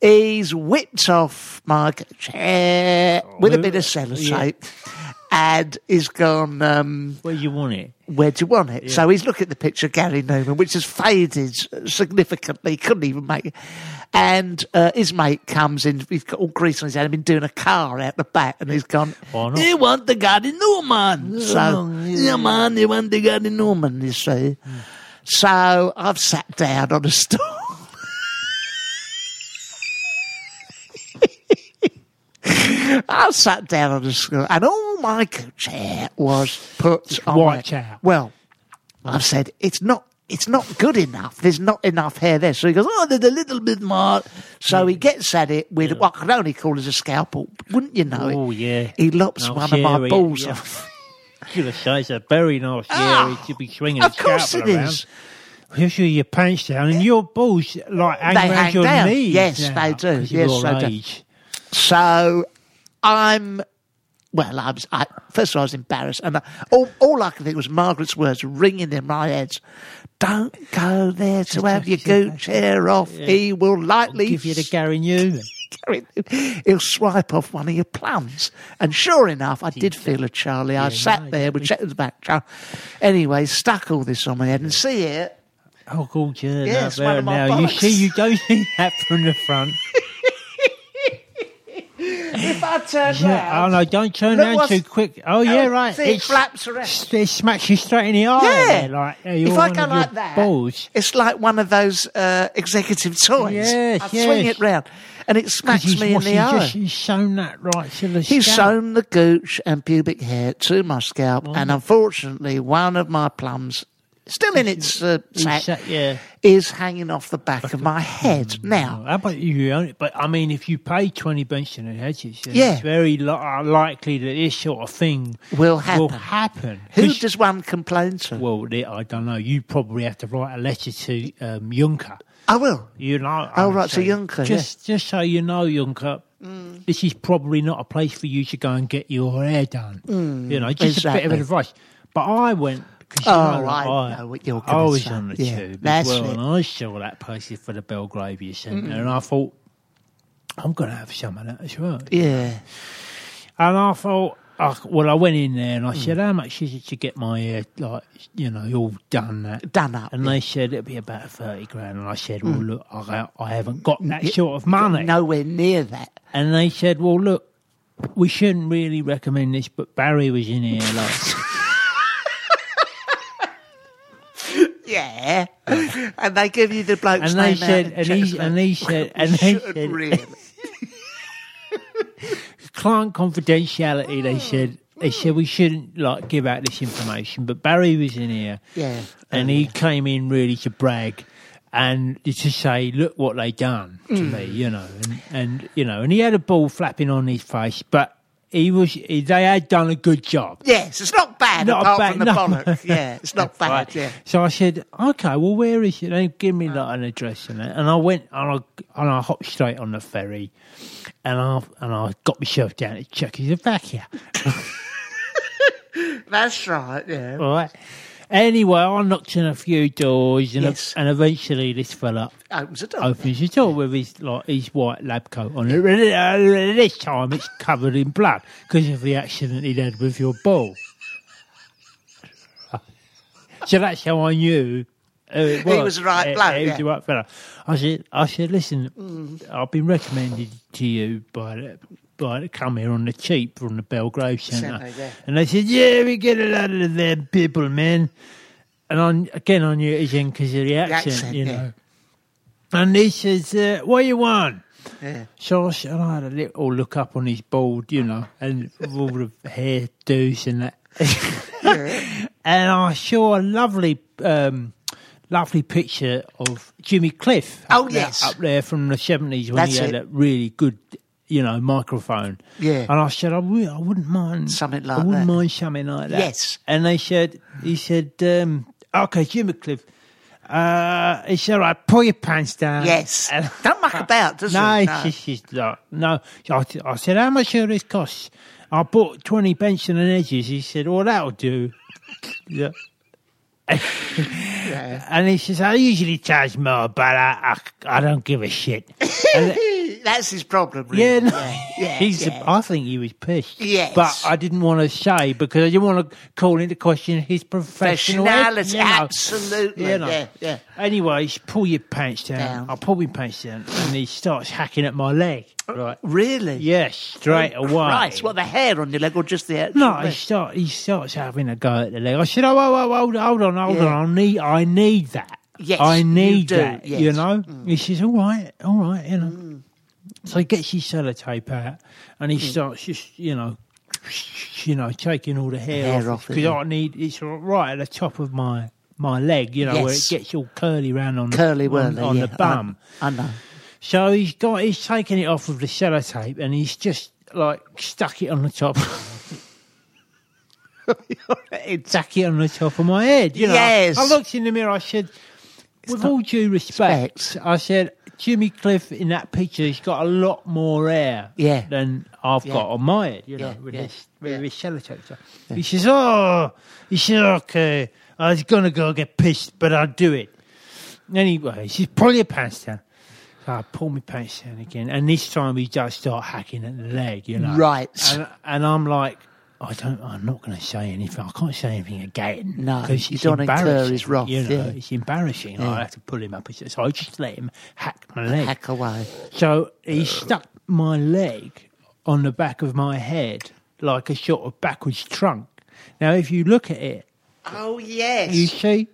[SPEAKER 1] he's whipped off my chair with a bit of
[SPEAKER 2] Oh, yeah.
[SPEAKER 1] sellotape and he's gone. Um,
[SPEAKER 4] Where you want it?
[SPEAKER 1] where do you want it? So he's looking at the picture of Gary Newman, which has faded significantly, couldn't even make it. And uh, his mate comes in, he's got all grease on his head, and been doing a car out the back, and he's gone,
[SPEAKER 4] Why not?
[SPEAKER 1] You want the Gary Newman? So, yeah, man, you want the Gary Newman, you
[SPEAKER 4] Mm.
[SPEAKER 1] see. So I've sat down on a stool. I sat down on the stool, and all my chair was put on
[SPEAKER 2] wiped
[SPEAKER 1] it.
[SPEAKER 2] out.
[SPEAKER 1] Well, I've said it's not. It's not good enough. There's not enough hair there. So he goes, oh, there's a little bit more. So
[SPEAKER 4] Mm.
[SPEAKER 1] he gets at it with what I can only call as a scalpel. Wouldn't you know
[SPEAKER 4] Oh,
[SPEAKER 1] it?
[SPEAKER 4] yeah.
[SPEAKER 1] He lops
[SPEAKER 4] No,
[SPEAKER 1] one of my
[SPEAKER 4] Sherry,
[SPEAKER 1] balls
[SPEAKER 4] yeah.
[SPEAKER 1] off.
[SPEAKER 4] Killer size a very nice
[SPEAKER 1] Ah,
[SPEAKER 4] year. He should be swinging
[SPEAKER 1] Of
[SPEAKER 4] his
[SPEAKER 1] course it
[SPEAKER 4] scalpel around.
[SPEAKER 1] is.
[SPEAKER 2] Usually your pants down and your balls like hang
[SPEAKER 1] They
[SPEAKER 2] around
[SPEAKER 1] hang
[SPEAKER 2] your
[SPEAKER 1] down.
[SPEAKER 2] knees.
[SPEAKER 1] Yes,
[SPEAKER 2] now,
[SPEAKER 1] they do.
[SPEAKER 2] 'cause of
[SPEAKER 1] Yes,
[SPEAKER 2] your
[SPEAKER 1] they do.
[SPEAKER 2] age.
[SPEAKER 1] So I'm. Well, I was. I, first of all, I was embarrassed, and I, all, all I could think was Margaret's words ringing in my head. Don't go there to have your gooch hair off. He will likely
[SPEAKER 2] Give you the Gary Newman.
[SPEAKER 1] he'll swipe off one of your plums. And sure enough, I did feel a Charlie. I sat there with checked the back. Char- Anyway, stuck all this on my head and see it.
[SPEAKER 4] Oh, God, yeah.
[SPEAKER 1] Yeah,
[SPEAKER 4] no,
[SPEAKER 1] it's one
[SPEAKER 4] there
[SPEAKER 1] of my
[SPEAKER 4] now. You
[SPEAKER 1] bollocks.
[SPEAKER 4] see, you don't see that from the front.
[SPEAKER 1] If I turn
[SPEAKER 2] Yeah. Oh
[SPEAKER 1] round,
[SPEAKER 2] no, don't turn
[SPEAKER 1] Look
[SPEAKER 2] around
[SPEAKER 1] what's-
[SPEAKER 2] too quick. Oh yeah,
[SPEAKER 1] oh,
[SPEAKER 2] right.
[SPEAKER 1] See, it
[SPEAKER 2] It's-
[SPEAKER 1] flaps around.
[SPEAKER 2] s- it smacks you straight in the eye.
[SPEAKER 1] Yeah.
[SPEAKER 2] there, Like, yeah, you're
[SPEAKER 1] If I
[SPEAKER 2] one
[SPEAKER 1] go
[SPEAKER 2] of your
[SPEAKER 1] like that,
[SPEAKER 2] balls.
[SPEAKER 1] it's like one of those uh, executive toys.
[SPEAKER 2] Yes,
[SPEAKER 1] I swing
[SPEAKER 2] yes.
[SPEAKER 1] it round, and it smacks
[SPEAKER 2] He's-
[SPEAKER 1] me in
[SPEAKER 2] what's he
[SPEAKER 1] the eye.
[SPEAKER 2] Just, he's shown that right to the
[SPEAKER 1] He's
[SPEAKER 2] scalp.
[SPEAKER 1] sewn the gooch and pubic hair to my scalp, and unfortunately, one of my plums, still in its uh, sack,
[SPEAKER 2] sack, yeah.
[SPEAKER 1] is hanging off the back of my head.
[SPEAKER 2] Mm,
[SPEAKER 1] Now,
[SPEAKER 2] How about you own it? But I mean, if you pay twenty bench and hedges, then
[SPEAKER 1] Yeah.
[SPEAKER 2] it's very li- uh, likely that this sort of thing
[SPEAKER 1] Will happen.
[SPEAKER 2] Will happen.
[SPEAKER 1] who
[SPEAKER 2] 'Cause-
[SPEAKER 1] does one complain to?
[SPEAKER 2] well, the- I don't know. You probably have to write a letter to um, Juncker.
[SPEAKER 1] I will.
[SPEAKER 2] You know.
[SPEAKER 1] I'll
[SPEAKER 2] I'm
[SPEAKER 1] write to
[SPEAKER 2] saying,
[SPEAKER 1] Juncker,
[SPEAKER 2] Just, just so you know, Juncker, this is probably not a place for you to go and get your hair done. you know, just a bit
[SPEAKER 1] Mm, exactly.
[SPEAKER 2] of advice. But I went. 'cause you
[SPEAKER 1] Oh,
[SPEAKER 2] know,
[SPEAKER 1] I
[SPEAKER 2] I,
[SPEAKER 1] know what you're
[SPEAKER 2] I
[SPEAKER 1] gonna
[SPEAKER 2] was
[SPEAKER 1] say.
[SPEAKER 2] on the
[SPEAKER 1] Yeah,
[SPEAKER 2] tube as
[SPEAKER 1] that's
[SPEAKER 2] well,
[SPEAKER 1] it.
[SPEAKER 2] and I saw that posted for the Belgravia Centre, and I thought, I'm going to have some of that as well.
[SPEAKER 1] Yeah. Mm.
[SPEAKER 2] And I thought, I, well, I went in there and I said, how much is it to get my hair, like, you know, all done that?
[SPEAKER 1] Done up,
[SPEAKER 2] And they said it'd be about 30 grand. And I said,
[SPEAKER 1] Hmm.
[SPEAKER 2] well, look, I, I haven't got that sort of money.
[SPEAKER 1] Nowhere near that.
[SPEAKER 2] And they said, well, look, we shouldn't really recommend this, but Barry was in here, like,
[SPEAKER 1] Yeah. and they give you the bloke's
[SPEAKER 2] and
[SPEAKER 1] name
[SPEAKER 2] they
[SPEAKER 1] out
[SPEAKER 2] said,
[SPEAKER 1] and
[SPEAKER 2] and
[SPEAKER 1] check
[SPEAKER 2] he,
[SPEAKER 1] the-
[SPEAKER 2] and they said, and they
[SPEAKER 1] Shouldn't
[SPEAKER 2] said,
[SPEAKER 1] really.
[SPEAKER 2] client confidentiality,
[SPEAKER 1] Oh.
[SPEAKER 2] they said, they
[SPEAKER 1] Mm.
[SPEAKER 2] said we shouldn't, like, give out this information, but Barry was in here.
[SPEAKER 1] Yeah.
[SPEAKER 2] and he came in really to brag and to say, "Look what they done to
[SPEAKER 1] Mm.
[SPEAKER 2] me," you know, and, and you know, and he had a ball flapping on his face, but he was he, they had done a good job.
[SPEAKER 1] Yes, it's not bad
[SPEAKER 2] Not
[SPEAKER 1] apart
[SPEAKER 2] bad,
[SPEAKER 1] from the
[SPEAKER 2] no.
[SPEAKER 1] bollock. Yeah, it's not bad.
[SPEAKER 2] Right.
[SPEAKER 1] Yeah.
[SPEAKER 2] So I said, "Okay, well, where is it?" They give me like an address and that, and I went and I and I hopped straight on the ferry, and I and I got myself down to Czechoslovakia.
[SPEAKER 1] That's right. Yeah.
[SPEAKER 2] All right. Anyway, I knocked on a few doors, and
[SPEAKER 1] Yes.
[SPEAKER 2] and eventually this fella
[SPEAKER 1] Opens the door.
[SPEAKER 2] opens his door with his like his white lab coat on. This time it's covered in blood because of the accident he'd had with your ball. So that's how I knew. Who it was.
[SPEAKER 1] He was the right
[SPEAKER 2] He-
[SPEAKER 1] bloke,
[SPEAKER 2] He was
[SPEAKER 1] yeah. Mm.
[SPEAKER 2] the right fella. I said, I said, listen, I've been recommended to you by the, by the come here on the cheap from the Belgrave Centre,
[SPEAKER 1] Centre, yeah.
[SPEAKER 2] and they said, yeah, we get a lot of them people, man. And I, again, I knew it was in because of the accent,
[SPEAKER 1] accent,
[SPEAKER 2] you
[SPEAKER 1] yeah.
[SPEAKER 2] know. And he says, uh, "What you want?"
[SPEAKER 1] Yeah.
[SPEAKER 2] So I, said, I had a little look up on his board, you know, and with all the hairdos and that. and I saw a lovely, um, lovely picture of Jimmy Cliff.
[SPEAKER 1] Oh,
[SPEAKER 2] up there-
[SPEAKER 1] yes.
[SPEAKER 2] up there from the seventies when
[SPEAKER 1] That's
[SPEAKER 2] he had
[SPEAKER 1] it.
[SPEAKER 2] a really good, you know, microphone.
[SPEAKER 1] Yeah.
[SPEAKER 2] And I said, I w- I wouldn't mind
[SPEAKER 1] Something
[SPEAKER 2] I
[SPEAKER 1] like
[SPEAKER 2] wouldn't
[SPEAKER 1] that.
[SPEAKER 2] mind something like that.
[SPEAKER 1] Yes.
[SPEAKER 2] And they said, he said, um, okay, Jimmy Cliff. Uh, he said, all right, pull your pants down.
[SPEAKER 1] Yes.
[SPEAKER 2] And-
[SPEAKER 1] Don't muck about, does
[SPEAKER 2] no,
[SPEAKER 1] it?
[SPEAKER 2] it's just- it's not. No. So I, I said, how much will this cost? I bought 20 bench and edges. He said, well, that'll do. yeah. and he says, I usually charge more, but I, I, I don't give a shit. And,
[SPEAKER 1] that's his problem. Really.
[SPEAKER 2] Yeah, no,
[SPEAKER 1] yeah,
[SPEAKER 2] he's.
[SPEAKER 1] yeah.
[SPEAKER 2] I think he was pissed.
[SPEAKER 1] Yes.
[SPEAKER 2] but I didn't want to say because I didn't want to call into question his professional
[SPEAKER 1] Professionality,
[SPEAKER 2] you know.
[SPEAKER 1] absolutely.
[SPEAKER 2] You know.
[SPEAKER 1] Yeah, yeah.
[SPEAKER 2] Anyways, pull your pants down.
[SPEAKER 1] Down.
[SPEAKER 2] I pull my pants down, and he starts hacking at my leg.
[SPEAKER 1] Uh,
[SPEAKER 2] Right.
[SPEAKER 1] Really?
[SPEAKER 2] Yes, straight away.
[SPEAKER 1] Right. Oh, What the hair on your leg or just the actual
[SPEAKER 2] No, he
[SPEAKER 1] leg?
[SPEAKER 2] start he starts having a go at the leg. I said, "Oh, whoa, whoa, hold, hold on, hold
[SPEAKER 1] Yeah.
[SPEAKER 2] on. I need, I need that.
[SPEAKER 1] Yes,
[SPEAKER 2] I
[SPEAKER 1] you
[SPEAKER 2] need
[SPEAKER 1] do,
[SPEAKER 2] that. You
[SPEAKER 1] yes. Mm.
[SPEAKER 2] know." He says, "All right, all right, you know." So he gets his sellotape out and
[SPEAKER 1] Mm.
[SPEAKER 2] he starts just, you know, you know, taking all the hair,
[SPEAKER 1] Hair off it,
[SPEAKER 2] because
[SPEAKER 1] yeah.
[SPEAKER 2] I need it's right at the top of my my leg, you know, where
[SPEAKER 1] Yes.
[SPEAKER 2] it gets all curly round on
[SPEAKER 1] curly
[SPEAKER 2] on,
[SPEAKER 1] whirly
[SPEAKER 2] on
[SPEAKER 1] yeah.
[SPEAKER 2] the bum.
[SPEAKER 1] I, I know.
[SPEAKER 2] So he's got he's taken it off with the sellotape and he's just like stuck it on the top. stuck it on the top of my head. You know,
[SPEAKER 1] Yes.
[SPEAKER 2] I looked in the mirror. I said, with all due respect,
[SPEAKER 1] Respect.
[SPEAKER 2] I said Jimmy Cliff in that picture, he's got a lot more hair
[SPEAKER 1] Yeah.
[SPEAKER 2] than I've
[SPEAKER 1] Yeah.
[SPEAKER 2] got on my head. You know,
[SPEAKER 1] Yeah,
[SPEAKER 2] with
[SPEAKER 1] yeah,
[SPEAKER 2] this with
[SPEAKER 1] yeah.
[SPEAKER 2] this sellotape. So He says, "Oh," he said, "Okay." I was gonna go get pissed, but I'll do it. Anyway, he says, pull your pants down. So I pull my pants down again, and this time he does start hacking at the leg, you know.
[SPEAKER 1] Right.
[SPEAKER 2] And, and I'm like, I don't. I'm not going to say anything. I can't say anything again.
[SPEAKER 1] No,
[SPEAKER 2] 'cause
[SPEAKER 1] you
[SPEAKER 2] it's
[SPEAKER 1] don't incur
[SPEAKER 2] embarrassing,
[SPEAKER 1] his wrath,
[SPEAKER 2] You know,
[SPEAKER 1] yeah.
[SPEAKER 2] it's embarrassing. I have to pull him up. So I just let him hack my leg.
[SPEAKER 1] Hack away.
[SPEAKER 2] So he stuck my leg on the back of my head like a sort of backwards trunk. Now, if you look at it,
[SPEAKER 1] Oh yes,
[SPEAKER 2] you see,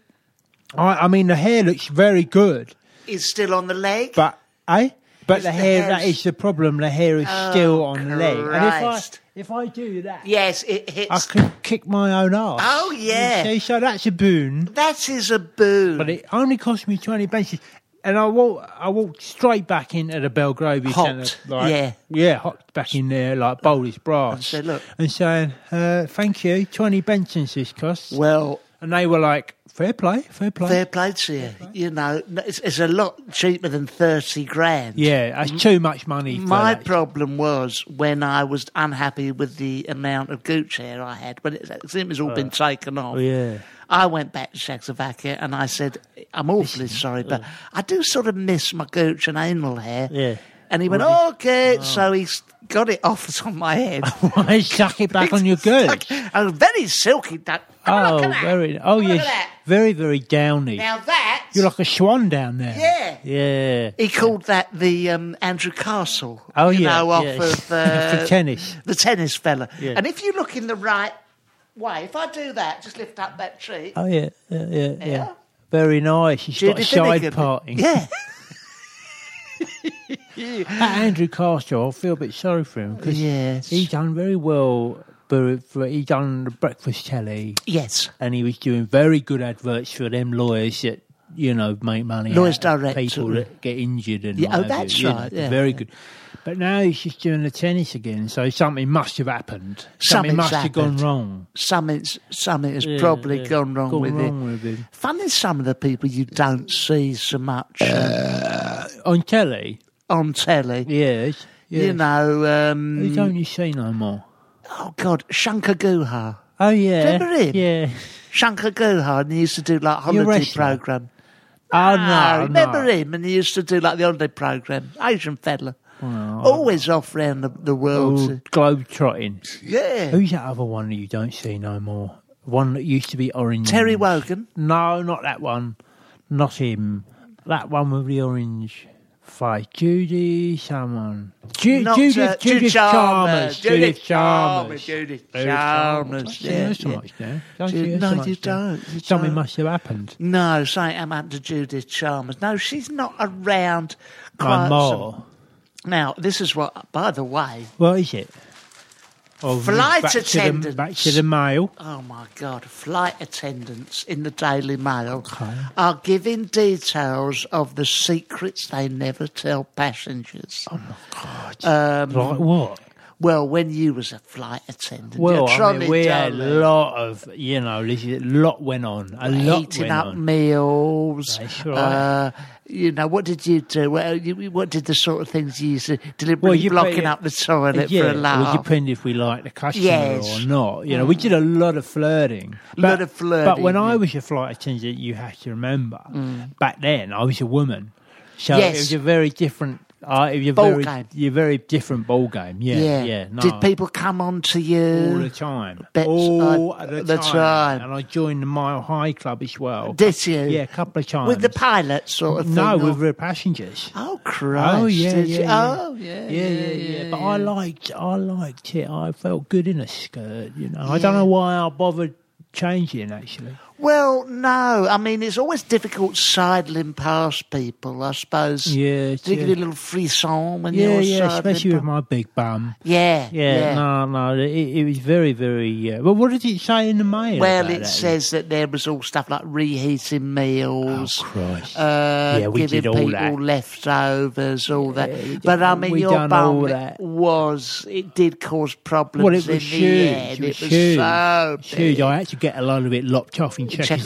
[SPEAKER 2] I, I mean, the hair looks very good,
[SPEAKER 1] it's still on the leg.
[SPEAKER 2] but eh? But the,
[SPEAKER 1] the
[SPEAKER 2] hair,
[SPEAKER 1] hair
[SPEAKER 2] that
[SPEAKER 1] is-
[SPEAKER 2] is the problem. The hair is
[SPEAKER 1] Oh,
[SPEAKER 2] still on the leg. And if I,
[SPEAKER 1] Christ.
[SPEAKER 2] if I do that,
[SPEAKER 1] yes, it
[SPEAKER 2] I
[SPEAKER 1] hits.
[SPEAKER 2] could kick my own ass.
[SPEAKER 1] Oh, yeah.
[SPEAKER 2] You see, so that's a boon.
[SPEAKER 1] That is a boon.
[SPEAKER 2] But it only cost me twenty pences, and I walked. I walked straight back into the Belgravia
[SPEAKER 1] Hopped,
[SPEAKER 2] Centre. Like,
[SPEAKER 1] yeah.
[SPEAKER 2] yeah, hopped back in there like bold as brass.
[SPEAKER 1] And said, "Look."
[SPEAKER 2] and saying, uh, "Thank you, twenty pences this costs."
[SPEAKER 1] well,
[SPEAKER 2] and they were like, "Fair play, fair play."
[SPEAKER 1] fair play to you. You know, it's, it's a lot cheaper than thirty grand.
[SPEAKER 2] yeah, that's too much money. For
[SPEAKER 1] My
[SPEAKER 2] that.
[SPEAKER 1] problem was when I was unhappy with the amount of gooch hair I had, but it, it seemed it's all been taken off.
[SPEAKER 2] Uh, oh, yeah.
[SPEAKER 1] I went back to Czechoslovakia and I said, I'm awfully sorry, but I do sort of miss my gooch and anal hair.
[SPEAKER 2] Yeah. Oh.
[SPEAKER 1] And he went, okay. So he s- got it off it's on my head.
[SPEAKER 2] Why suck it back on your
[SPEAKER 1] Like,
[SPEAKER 2] good?
[SPEAKER 1] I was very silky. That,
[SPEAKER 2] Oh,
[SPEAKER 1] look at that.
[SPEAKER 2] very. Oh,
[SPEAKER 1] Look at
[SPEAKER 2] yes,
[SPEAKER 1] that.
[SPEAKER 2] very, very downy.
[SPEAKER 1] Now that,
[SPEAKER 2] You're like a swan down there.
[SPEAKER 1] Yeah.
[SPEAKER 2] Yeah.
[SPEAKER 1] he called that the um, Andrew Castle.
[SPEAKER 2] Oh,
[SPEAKER 1] you
[SPEAKER 2] yeah,
[SPEAKER 1] know, off
[SPEAKER 2] yeah.
[SPEAKER 1] of uh,
[SPEAKER 2] The tennis.
[SPEAKER 1] The tennis fella.
[SPEAKER 2] Yeah.
[SPEAKER 1] And if you look in the right way, if I do that, just lift up that cheek.
[SPEAKER 2] Oh yeah, yeah, yeah, yeah.
[SPEAKER 1] Yeah.
[SPEAKER 2] Very nice. She's got
[SPEAKER 1] Judy
[SPEAKER 2] side
[SPEAKER 1] Finnegan.
[SPEAKER 2] parting.
[SPEAKER 1] Yeah.
[SPEAKER 2] That Andrew Castro, I feel a bit sorry for him because
[SPEAKER 1] Yes.
[SPEAKER 2] he done very well. For, for he done the breakfast telly,
[SPEAKER 1] yes.
[SPEAKER 2] and he was doing very good adverts for them lawyers that you know make money.
[SPEAKER 1] Lawyers
[SPEAKER 2] out of
[SPEAKER 1] direct,
[SPEAKER 2] people
[SPEAKER 1] sort of.
[SPEAKER 2] that get injured and
[SPEAKER 1] Yeah,
[SPEAKER 2] what
[SPEAKER 1] oh,
[SPEAKER 2] have you,
[SPEAKER 1] that's
[SPEAKER 2] you know,
[SPEAKER 1] right,
[SPEAKER 2] they're
[SPEAKER 1] yeah,
[SPEAKER 2] very
[SPEAKER 1] yeah.
[SPEAKER 2] good. But now he's just doing the tennis again, so something must have happened.
[SPEAKER 1] Something's
[SPEAKER 2] must have gone
[SPEAKER 1] happened.
[SPEAKER 2] wrong.
[SPEAKER 1] Something's, something has
[SPEAKER 2] Yeah,
[SPEAKER 1] probably
[SPEAKER 2] yeah.
[SPEAKER 1] gone wrong
[SPEAKER 2] Gone
[SPEAKER 1] with
[SPEAKER 2] wrong
[SPEAKER 1] it.
[SPEAKER 2] with him.
[SPEAKER 1] Funny, some of the people you don't see so much uh,
[SPEAKER 2] on telly.
[SPEAKER 1] on telly.
[SPEAKER 2] Yes, yes.
[SPEAKER 1] You know, um,
[SPEAKER 2] Who don't you see no more?
[SPEAKER 1] oh God, Shankar Guha.
[SPEAKER 2] Oh yeah,
[SPEAKER 1] Remember him?
[SPEAKER 2] Yeah.
[SPEAKER 1] Shankar Guha, and he used to do like holiday
[SPEAKER 2] wrestler?
[SPEAKER 1] program.
[SPEAKER 2] Oh
[SPEAKER 1] Ah,
[SPEAKER 2] no,
[SPEAKER 1] remember
[SPEAKER 2] no.
[SPEAKER 1] him? And he used to do like the holiday program. Asian fella, always off round the, the world.
[SPEAKER 2] Oh, globe trotting.
[SPEAKER 1] yeah,
[SPEAKER 2] Who's that other one that you don't see no more? One that used to be orange.
[SPEAKER 1] Terry Wogan.
[SPEAKER 2] No, not that one. Not him. That one with the orange face. Judy, someone. Ju-
[SPEAKER 1] Not,
[SPEAKER 2] Judith,
[SPEAKER 1] uh,
[SPEAKER 2] Judith, Chalmers.
[SPEAKER 1] Judith Chalmers.
[SPEAKER 2] Chalmers.
[SPEAKER 1] Judith
[SPEAKER 2] Judith
[SPEAKER 1] Chalmers.
[SPEAKER 2] Don't see her so
[SPEAKER 1] Yeah, yeah.
[SPEAKER 2] much now. Don't
[SPEAKER 1] Ju-
[SPEAKER 2] see her so
[SPEAKER 1] no,
[SPEAKER 2] much
[SPEAKER 1] you
[SPEAKER 2] now.
[SPEAKER 1] don't, you
[SPEAKER 2] Something
[SPEAKER 1] don't.
[SPEAKER 2] must have happened.
[SPEAKER 1] No, say I'm up to Judith Chalmers. No, she's not around quite
[SPEAKER 2] No
[SPEAKER 1] so-
[SPEAKER 2] more.
[SPEAKER 1] Now, this is what, by the way,
[SPEAKER 2] What is it? Oh,
[SPEAKER 1] Flight
[SPEAKER 2] back to the-
[SPEAKER 1] attendants.
[SPEAKER 2] back to the mail.
[SPEAKER 1] oh my God, flight attendants in the Daily Mail are giving details of the secrets they never tell passengers.
[SPEAKER 2] Oh
[SPEAKER 1] Um, Mm.
[SPEAKER 2] like what?
[SPEAKER 1] Well, when you was a flight attendant,
[SPEAKER 2] Well,
[SPEAKER 1] you're
[SPEAKER 2] I
[SPEAKER 1] trolley
[SPEAKER 2] mean, we had a
[SPEAKER 1] dolly,
[SPEAKER 2] lot of, you know, this is- a lot went on. A lot
[SPEAKER 1] eating
[SPEAKER 2] went
[SPEAKER 1] up
[SPEAKER 2] on.
[SPEAKER 1] meals.
[SPEAKER 2] That's right.
[SPEAKER 1] uh, you know, what did you do? Well, you, what did the sort of things you used to deliberately
[SPEAKER 2] Well, you
[SPEAKER 1] blocking
[SPEAKER 2] play-
[SPEAKER 1] up the toilet
[SPEAKER 2] yeah,
[SPEAKER 1] for a
[SPEAKER 2] it
[SPEAKER 1] laugh?
[SPEAKER 2] would depend if we liked the customer
[SPEAKER 1] Yes.
[SPEAKER 2] or not. You know, we did a lot of flirting.
[SPEAKER 1] Lot of
[SPEAKER 2] But
[SPEAKER 1] flirting,
[SPEAKER 2] when
[SPEAKER 1] yeah.
[SPEAKER 2] I was a flight attendant, you have to remember, back then I was a woman, so
[SPEAKER 1] Yes.
[SPEAKER 2] it was a very different Uh, you're
[SPEAKER 1] Ball
[SPEAKER 2] very,
[SPEAKER 1] game.
[SPEAKER 2] You're very different ball game. Yeah, yeah. no,
[SPEAKER 1] Did people come on to
[SPEAKER 2] all the
[SPEAKER 1] you?
[SPEAKER 2] time?
[SPEAKER 1] Bets,
[SPEAKER 2] all
[SPEAKER 1] uh,
[SPEAKER 2] the,
[SPEAKER 1] the
[SPEAKER 2] time.
[SPEAKER 1] time.
[SPEAKER 2] And I joined the Mile High Club as well.
[SPEAKER 1] Did you?
[SPEAKER 2] yeah, a couple of times.
[SPEAKER 1] With the pilots sort of
[SPEAKER 2] no,
[SPEAKER 1] thing? or-
[SPEAKER 2] with the passengers.
[SPEAKER 1] Oh, Christ.
[SPEAKER 2] Oh, yeah,
[SPEAKER 1] did
[SPEAKER 2] yeah,
[SPEAKER 1] you?
[SPEAKER 2] yeah.
[SPEAKER 1] Oh, yeah.
[SPEAKER 2] yeah, yeah, yeah. But I liked, I liked it. I felt good in a skirt, you know. I don't know why I bothered changing. Actually,
[SPEAKER 1] Well, no. I mean, it's always difficult sidling past people, I suppose.
[SPEAKER 2] Yeah,
[SPEAKER 1] Do you
[SPEAKER 2] yeah.
[SPEAKER 1] give you a little frisson when
[SPEAKER 2] yeah,
[SPEAKER 1] you're
[SPEAKER 2] yeah,
[SPEAKER 1] sidling
[SPEAKER 2] especially with
[SPEAKER 1] past?
[SPEAKER 2] my big bum.
[SPEAKER 1] Yeah,
[SPEAKER 2] Yeah, no, no, it, it was very, very. Uh, well, what did it say in the mail?
[SPEAKER 1] Well,
[SPEAKER 2] about
[SPEAKER 1] it
[SPEAKER 2] that?
[SPEAKER 1] says um, that there was all stuff like reheating meals,
[SPEAKER 2] Oh, Christ.
[SPEAKER 1] uh,
[SPEAKER 2] Yeah, we
[SPEAKER 1] giving
[SPEAKER 2] did all
[SPEAKER 1] people
[SPEAKER 2] that.
[SPEAKER 1] leftovers, all that. but I mean,
[SPEAKER 2] we
[SPEAKER 1] your
[SPEAKER 2] done all
[SPEAKER 1] bum
[SPEAKER 2] that.
[SPEAKER 1] was it did cause problems.
[SPEAKER 2] well, it was
[SPEAKER 1] in
[SPEAKER 2] huge.
[SPEAKER 1] The end.
[SPEAKER 2] It was, huge.
[SPEAKER 1] so
[SPEAKER 2] It's
[SPEAKER 1] big.
[SPEAKER 2] huge. I actually get a lot of it locked off in
[SPEAKER 1] Czechoslovakia.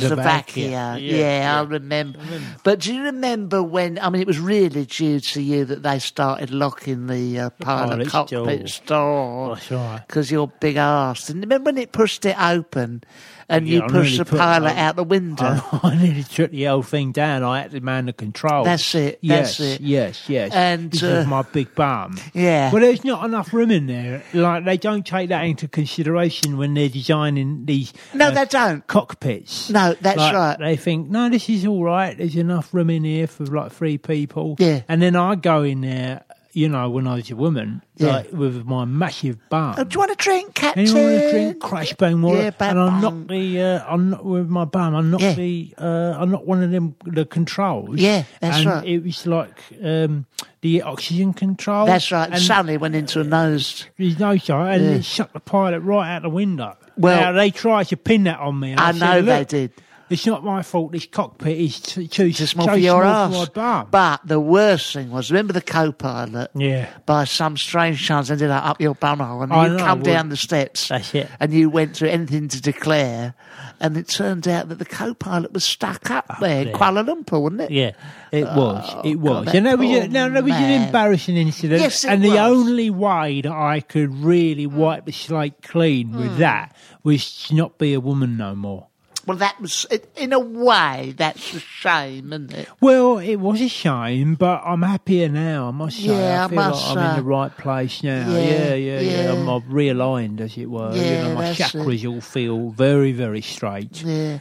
[SPEAKER 2] Czechoslovakia.
[SPEAKER 1] Yeah, I remember. But do you remember when? I mean, it was really due to you that they started locking the uh, pilot
[SPEAKER 2] pilot's
[SPEAKER 1] cockpit door.
[SPEAKER 2] That's right.
[SPEAKER 1] Because you're big arse. And remember when it pushed it open and you
[SPEAKER 2] Yeah, I
[SPEAKER 1] pushed
[SPEAKER 2] nearly
[SPEAKER 1] the
[SPEAKER 2] put- Oh.
[SPEAKER 1] pilot
[SPEAKER 2] I-
[SPEAKER 1] out the window?
[SPEAKER 2] I, I nearly took the whole thing down. I had to man the control.
[SPEAKER 1] That's it, that's
[SPEAKER 2] Yes,
[SPEAKER 1] it.
[SPEAKER 2] yes, yes.
[SPEAKER 1] And,
[SPEAKER 2] this is
[SPEAKER 1] uh,
[SPEAKER 2] my big bum.
[SPEAKER 1] Yeah.
[SPEAKER 2] Well, there's not enough room in there. Like they don't take that into consideration when they're designing these.
[SPEAKER 1] no,
[SPEAKER 2] uh,
[SPEAKER 1] they don't.
[SPEAKER 2] cockpits.
[SPEAKER 1] No, that's
[SPEAKER 2] Like,
[SPEAKER 1] right.
[SPEAKER 2] They think, no, this is all right. There's enough room in here for like three people.
[SPEAKER 1] Yeah.
[SPEAKER 2] And then I go in there, you know, when I was a woman,
[SPEAKER 1] Yeah.
[SPEAKER 2] like with my massive bum.
[SPEAKER 1] Oh, do you want a drink, Captain?
[SPEAKER 2] Anyone want a drink? Crash bang water.
[SPEAKER 1] Yeah, bang,
[SPEAKER 2] and I
[SPEAKER 1] bang.
[SPEAKER 2] knocked the, uh, I knocked with my bum. I knocked
[SPEAKER 1] Yeah.
[SPEAKER 2] the, uh, I knocked one of them the controls.
[SPEAKER 1] Yeah, that's
[SPEAKER 2] and
[SPEAKER 1] right.
[SPEAKER 2] It was like um, the oxygen control.
[SPEAKER 1] That's right.
[SPEAKER 2] And
[SPEAKER 1] Suddenly went into a nose.
[SPEAKER 2] there's no shot, and it shut the pilot right out the window.
[SPEAKER 1] Well-
[SPEAKER 2] now, they tried to pin that on me. and
[SPEAKER 1] I
[SPEAKER 2] said,
[SPEAKER 1] know they
[SPEAKER 2] "Look,
[SPEAKER 1] did.
[SPEAKER 2] It's not my fault. This cockpit is t- too
[SPEAKER 1] Just more
[SPEAKER 2] too
[SPEAKER 1] for your
[SPEAKER 2] small
[SPEAKER 1] ass.
[SPEAKER 2] for my bum.
[SPEAKER 1] But the worst thing was, remember the co-pilot?
[SPEAKER 2] yeah,
[SPEAKER 1] by some strange chance ended up up your bumhole and
[SPEAKER 2] I
[SPEAKER 1] you
[SPEAKER 2] know,
[SPEAKER 1] come
[SPEAKER 2] well,
[SPEAKER 1] down the steps
[SPEAKER 2] that's it.
[SPEAKER 1] and you went through anything to declare and it turned out that the co-pilot was stuck up there in
[SPEAKER 2] there.
[SPEAKER 1] Kuala Lumpur, wasn't it?
[SPEAKER 2] yeah. It was. It was.
[SPEAKER 1] Oh, God,
[SPEAKER 2] and
[SPEAKER 1] that
[SPEAKER 2] that was,
[SPEAKER 1] poor
[SPEAKER 2] a, now, that was
[SPEAKER 1] man.
[SPEAKER 2] an embarrassing incident.
[SPEAKER 1] Yes, it
[SPEAKER 2] and
[SPEAKER 1] was. Mm.
[SPEAKER 2] the only way that I could really wipe the slate clean with that was to not be a woman no more.
[SPEAKER 1] Well, that was, it- in a way, that's a shame, isn't it?
[SPEAKER 2] Well, it was a shame, but I'm happier now. I must say,
[SPEAKER 1] Yeah, I
[SPEAKER 2] I feel
[SPEAKER 1] must
[SPEAKER 2] like I'm in
[SPEAKER 1] say.
[SPEAKER 2] the right place now.
[SPEAKER 1] Yeah,
[SPEAKER 2] Yeah, yeah, yeah.
[SPEAKER 1] yeah.
[SPEAKER 2] I'm, I've realigned, as it were.
[SPEAKER 1] Yeah,
[SPEAKER 2] you know, my
[SPEAKER 1] that's it.
[SPEAKER 2] chakras all feel very, very straight.
[SPEAKER 1] Yeah.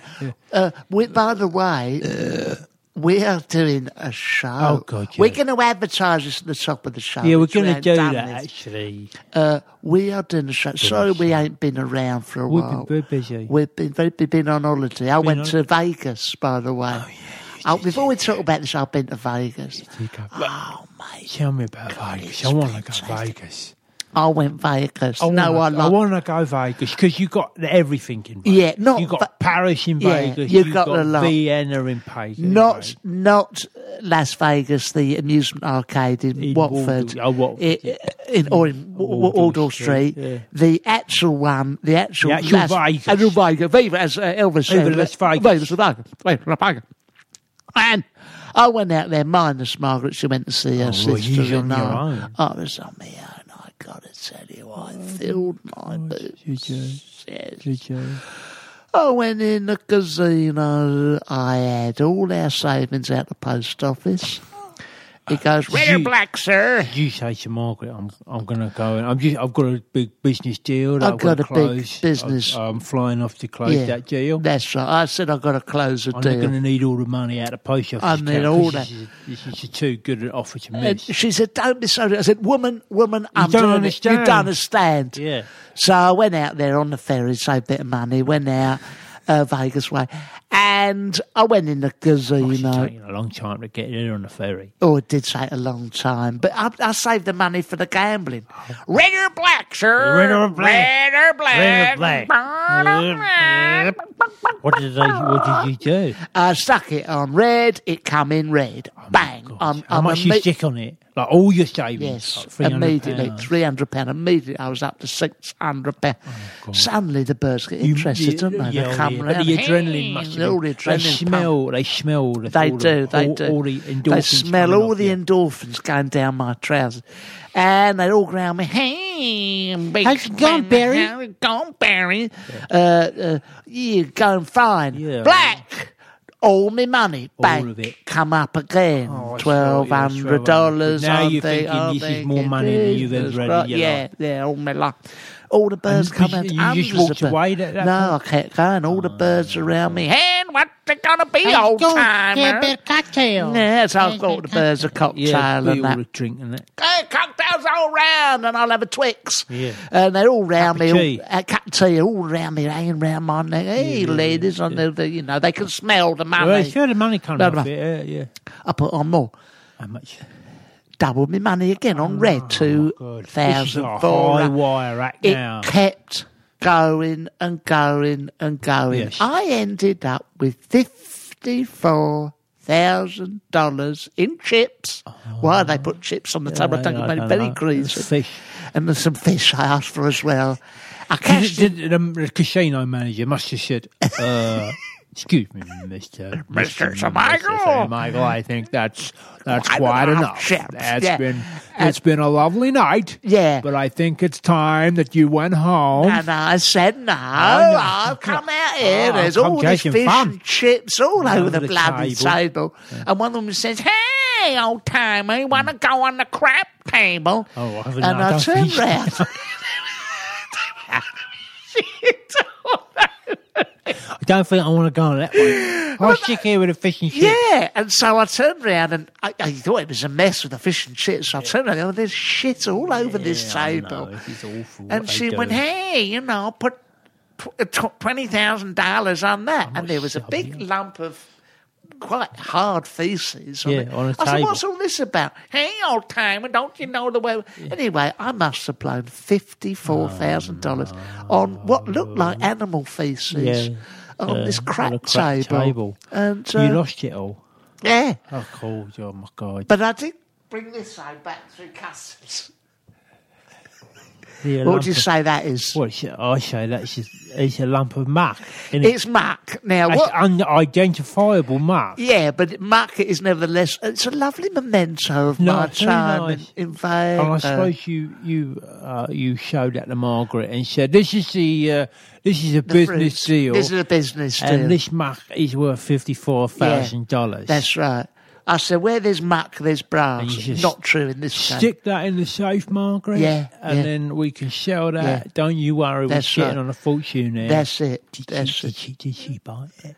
[SPEAKER 1] Uh, we, by the way, we are doing a show.
[SPEAKER 2] Oh, God,
[SPEAKER 1] We're
[SPEAKER 2] yeah.
[SPEAKER 1] going to advertise this at the top of the show.
[SPEAKER 2] Yeah, we're
[SPEAKER 1] which we
[SPEAKER 2] going to
[SPEAKER 1] ain't
[SPEAKER 2] do
[SPEAKER 1] done
[SPEAKER 2] that
[SPEAKER 1] this.
[SPEAKER 2] actually.
[SPEAKER 1] Uh, we are doing a show. Sorry, we ain't been around for a
[SPEAKER 2] We've
[SPEAKER 1] while.
[SPEAKER 2] been very busy.
[SPEAKER 1] We've been very we've been on holiday. I went
[SPEAKER 2] on-
[SPEAKER 1] to Vegas, by the way. Oh, we've always talked about this. I've been to Vegas.
[SPEAKER 2] oh, mate. Tell me about Vegas. I want to go Vegas.
[SPEAKER 1] I went Vegas.
[SPEAKER 2] I
[SPEAKER 1] no,
[SPEAKER 2] wanna,
[SPEAKER 1] I like.
[SPEAKER 2] want to go Vegas because you got everything in Vegas.
[SPEAKER 1] Yeah, not
[SPEAKER 2] you got
[SPEAKER 1] Va-
[SPEAKER 2] Paris in
[SPEAKER 1] Yeah,
[SPEAKER 2] Vegas.
[SPEAKER 1] you've
[SPEAKER 2] you
[SPEAKER 1] got
[SPEAKER 2] got,
[SPEAKER 1] a lot.
[SPEAKER 2] Vienna in Vegas.
[SPEAKER 1] Not not Las Vegas, the amusement arcade in,
[SPEAKER 2] In
[SPEAKER 1] Watford,
[SPEAKER 2] Waldo- oh, Watford,
[SPEAKER 1] I- in or in Wa- Wa-
[SPEAKER 2] Waldo
[SPEAKER 1] Wardour Street.
[SPEAKER 2] Street, yeah.
[SPEAKER 1] The actual one, the actual,
[SPEAKER 2] The actual
[SPEAKER 1] Las,
[SPEAKER 2] Vegas.
[SPEAKER 1] actual Vegas, Viva, as uh, Elvis said,
[SPEAKER 2] Las Vegas.
[SPEAKER 1] Vegas, Vegas, Vegas, Vegas. And I went out there minus Margaret. She went to see her
[SPEAKER 2] Oh, well,
[SPEAKER 1] sister.
[SPEAKER 2] you're
[SPEAKER 1] and
[SPEAKER 2] on your
[SPEAKER 1] I-
[SPEAKER 2] own. Oh,
[SPEAKER 1] I was on my own. I gotta tell you, I filled my boots. Yes. I went in the casino. I had all our savings out the post office. He goes,
[SPEAKER 3] We're black, sir.
[SPEAKER 2] You say to Margaret, "I'm I'm going to go and I'm just I've got a big business deal. That
[SPEAKER 1] I've
[SPEAKER 2] I've, got,
[SPEAKER 1] got
[SPEAKER 2] to
[SPEAKER 1] a big
[SPEAKER 2] close.
[SPEAKER 1] business."
[SPEAKER 2] I, am flying off to close that deal.
[SPEAKER 1] That's right. I said I've got to close the
[SPEAKER 2] I'm
[SPEAKER 1] deal.
[SPEAKER 2] going to need all the money out of the post office.
[SPEAKER 1] I
[SPEAKER 2] account
[SPEAKER 1] need
[SPEAKER 2] 'cause
[SPEAKER 1] all
[SPEAKER 2] this
[SPEAKER 1] that.
[SPEAKER 2] is This is a too good an offer to
[SPEAKER 1] And
[SPEAKER 2] miss.
[SPEAKER 1] she said, "Don't be so." I said, "Woman, woman, I'm doing
[SPEAKER 2] don't
[SPEAKER 1] It. You
[SPEAKER 2] understand.
[SPEAKER 1] don't understand."
[SPEAKER 2] Yeah.
[SPEAKER 1] So I went out there on the ferry, saved a bit of money, went out uh, Vegas way, and I went in the
[SPEAKER 2] It's
[SPEAKER 1] casino.
[SPEAKER 2] taking a long time to get there on the ferry.
[SPEAKER 1] Oh, it did take a long time, but I, I saved the money for the gambling.
[SPEAKER 3] Red or black, sir.
[SPEAKER 2] Red or black.
[SPEAKER 3] Red or black.
[SPEAKER 2] Red or black.
[SPEAKER 3] Red or black.
[SPEAKER 2] What did they, What did you do?
[SPEAKER 1] I stuck it on red. It come in red. Bang! I'm,
[SPEAKER 2] Oh How
[SPEAKER 1] I'm
[SPEAKER 2] much you
[SPEAKER 1] imme-
[SPEAKER 2] stick on it? Like all your savings?
[SPEAKER 1] Yes,
[SPEAKER 2] like 300
[SPEAKER 1] immediately
[SPEAKER 2] pounds. Oh
[SPEAKER 1] three hundred pound. Immediately, I was up to six hundred pound. Suddenly, the birds get interested,
[SPEAKER 2] You-
[SPEAKER 1] don't they?
[SPEAKER 2] yeah,
[SPEAKER 1] they
[SPEAKER 2] all
[SPEAKER 1] come
[SPEAKER 2] the,
[SPEAKER 1] round.
[SPEAKER 2] the adrenaline must
[SPEAKER 1] Hey, all the
[SPEAKER 2] They
[SPEAKER 1] adrenaline
[SPEAKER 2] smell. They smell. The,
[SPEAKER 1] They
[SPEAKER 2] all
[SPEAKER 1] do,
[SPEAKER 2] The,
[SPEAKER 1] they
[SPEAKER 2] all,
[SPEAKER 1] do.
[SPEAKER 2] All the endorphins.
[SPEAKER 1] They smell
[SPEAKER 2] coming
[SPEAKER 1] all
[SPEAKER 2] off
[SPEAKER 1] the
[SPEAKER 2] you.
[SPEAKER 1] endorphins going down my trousers, and they all ground me. Hey, big
[SPEAKER 2] How's it going,
[SPEAKER 1] man,
[SPEAKER 2] Barry?
[SPEAKER 1] how it going, Barry? Uh, uh, you're going fine.
[SPEAKER 2] Yeah.
[SPEAKER 1] Black. all my money,
[SPEAKER 2] All
[SPEAKER 1] bang,
[SPEAKER 2] of it.
[SPEAKER 1] come up again,
[SPEAKER 2] Oh, it's
[SPEAKER 1] twelve
[SPEAKER 2] right, yeah,
[SPEAKER 1] hundred
[SPEAKER 2] it's right,
[SPEAKER 1] dollars.
[SPEAKER 2] right. Now
[SPEAKER 1] I'm
[SPEAKER 2] you're
[SPEAKER 1] think-
[SPEAKER 2] thinking
[SPEAKER 1] I'm
[SPEAKER 2] this is
[SPEAKER 1] thinking,
[SPEAKER 2] more money than you then
[SPEAKER 1] Jesus
[SPEAKER 2] read,
[SPEAKER 1] Christ.
[SPEAKER 2] you're
[SPEAKER 1] Yeah,
[SPEAKER 2] like-
[SPEAKER 1] yeah, all my life. All the birds
[SPEAKER 2] And
[SPEAKER 1] come
[SPEAKER 2] you-
[SPEAKER 1] out.
[SPEAKER 2] you
[SPEAKER 1] hundreds
[SPEAKER 2] just walked
[SPEAKER 1] of birds.
[SPEAKER 2] away at that
[SPEAKER 1] No, I can't go. And all the
[SPEAKER 2] Oh,
[SPEAKER 1] birds around me. And what they gonna be, old timer?
[SPEAKER 5] cocktail.
[SPEAKER 1] Yeah, so I've got all the birds a cocktail
[SPEAKER 2] Yeah, we
[SPEAKER 1] and
[SPEAKER 2] all
[SPEAKER 1] that.
[SPEAKER 2] were drinking that.
[SPEAKER 1] Hey, cocktails all round, and I'll have a Twix.
[SPEAKER 2] Yeah.
[SPEAKER 1] And they're all round
[SPEAKER 2] Cup of
[SPEAKER 1] me,
[SPEAKER 2] tea.
[SPEAKER 1] all, a cup of tea, all round me, hanging round my neck. Hey, ladies, and they- they- you know, they can smell the money.
[SPEAKER 2] Well, sure, the money comes
[SPEAKER 1] Round
[SPEAKER 2] off
[SPEAKER 1] about-
[SPEAKER 2] it. Yeah, yeah.
[SPEAKER 1] I put on more.
[SPEAKER 2] How much?
[SPEAKER 1] Doubled my money again on red, two
[SPEAKER 2] Good. Oh, This is
[SPEAKER 1] thousand
[SPEAKER 2] a
[SPEAKER 1] four.
[SPEAKER 2] high wire act
[SPEAKER 1] It
[SPEAKER 2] now.
[SPEAKER 1] kept going and going and going.
[SPEAKER 2] Yes.
[SPEAKER 1] I ended up with fifty-four thousand dollars in chips.
[SPEAKER 2] Oh.
[SPEAKER 1] Why they put chips on the table? I don't know. Very greasy.
[SPEAKER 2] Fish.
[SPEAKER 1] and there's some fish I asked for as well. I
[SPEAKER 2] Did,
[SPEAKER 1] cashed in.
[SPEAKER 2] did, um, the casino manager must have said, uh, "Excuse me, Mister
[SPEAKER 1] Mr.
[SPEAKER 2] Mr.
[SPEAKER 1] Michael."
[SPEAKER 2] Sir Michael, I think that's that's
[SPEAKER 1] Quite
[SPEAKER 2] quite
[SPEAKER 1] enough
[SPEAKER 2] enough.
[SPEAKER 1] chips,
[SPEAKER 2] That's
[SPEAKER 1] yeah. Uh,
[SPEAKER 2] been it's been a lovely night.
[SPEAKER 1] Yeah. Um,
[SPEAKER 2] but I think it's time that you went home."
[SPEAKER 1] And I said, no,
[SPEAKER 2] no.
[SPEAKER 1] I've come out here.
[SPEAKER 2] Oh,
[SPEAKER 1] There's
[SPEAKER 2] come
[SPEAKER 1] all this
[SPEAKER 2] catching
[SPEAKER 1] fish
[SPEAKER 2] fun.
[SPEAKER 1] and chips all over the,
[SPEAKER 2] the
[SPEAKER 1] bloody table.
[SPEAKER 2] table.
[SPEAKER 1] And one of them says, hey, old timer, you want to go on the crap table?
[SPEAKER 2] Oh, I haven't-
[SPEAKER 1] and
[SPEAKER 2] I
[SPEAKER 1] I,
[SPEAKER 2] don't
[SPEAKER 1] turned
[SPEAKER 2] think-
[SPEAKER 1] round.
[SPEAKER 2] I don't think I want to go on that one. I'll stick here with a fish and chips.
[SPEAKER 1] Yeah, and so I turned round and I, I thought it was a mess with the fish and chips. So I turned around and there's shit all over this
[SPEAKER 2] I
[SPEAKER 1] table.
[SPEAKER 2] know, it's awful. what
[SPEAKER 1] And
[SPEAKER 2] they
[SPEAKER 1] she
[SPEAKER 2] do.
[SPEAKER 1] went, hey, you know, put twenty thousand dollars on that, and there was a big lump of quite hard feces. On
[SPEAKER 2] Yeah,
[SPEAKER 1] it.
[SPEAKER 2] on a
[SPEAKER 1] I said,
[SPEAKER 2] table.
[SPEAKER 1] what's all this about? Hey, old timer, don't you know the way? Anyway, I must have blown fifty four thousand dollars on what looked like animal feces.
[SPEAKER 2] Yeah,
[SPEAKER 1] On
[SPEAKER 2] yeah,
[SPEAKER 1] this
[SPEAKER 2] on a
[SPEAKER 1] crap,
[SPEAKER 2] crap
[SPEAKER 1] table.
[SPEAKER 2] table.
[SPEAKER 1] and
[SPEAKER 2] "You
[SPEAKER 1] uh,
[SPEAKER 2] lost it all."
[SPEAKER 1] yeah,
[SPEAKER 2] I called you. Oh my god!
[SPEAKER 1] but I did bring this side back through customs.
[SPEAKER 2] Yeah,
[SPEAKER 1] What would you
[SPEAKER 2] lump of-
[SPEAKER 1] say that is?
[SPEAKER 2] Well, it's- I say that's just, it's a lump of muck. isn't it?
[SPEAKER 1] It's muck. Now,
[SPEAKER 2] That's
[SPEAKER 1] what
[SPEAKER 2] unidentifiable muck.
[SPEAKER 1] Yeah, but muck is nevertheless. It's a lovely memento of
[SPEAKER 2] No,
[SPEAKER 1] my
[SPEAKER 2] it's very
[SPEAKER 1] time
[SPEAKER 2] nice.
[SPEAKER 1] in, uh, in Vago.
[SPEAKER 2] And I suppose you you uh, you showed that to Margaret and said, "This is the uh, this is
[SPEAKER 1] The
[SPEAKER 2] a business
[SPEAKER 1] fruits.
[SPEAKER 2] deal,
[SPEAKER 1] This is a business deal.
[SPEAKER 2] and this muck is worth fifty four thousand dollars."
[SPEAKER 1] That's right. I said, where there's muck, there's
[SPEAKER 2] And
[SPEAKER 1] brass.
[SPEAKER 2] you just
[SPEAKER 1] Not true in this case.
[SPEAKER 2] Stick that in the safe, Margaret.
[SPEAKER 1] Yeah,
[SPEAKER 2] and
[SPEAKER 1] yeah.
[SPEAKER 2] then we can sell that.
[SPEAKER 1] Yeah.
[SPEAKER 2] Don't you worry. We're
[SPEAKER 1] That's
[SPEAKER 2] sitting
[SPEAKER 1] right.
[SPEAKER 2] on a fortune there.
[SPEAKER 1] That's it.
[SPEAKER 2] Did she-
[SPEAKER 1] That's
[SPEAKER 2] did
[SPEAKER 1] it.
[SPEAKER 2] she, did she buy it?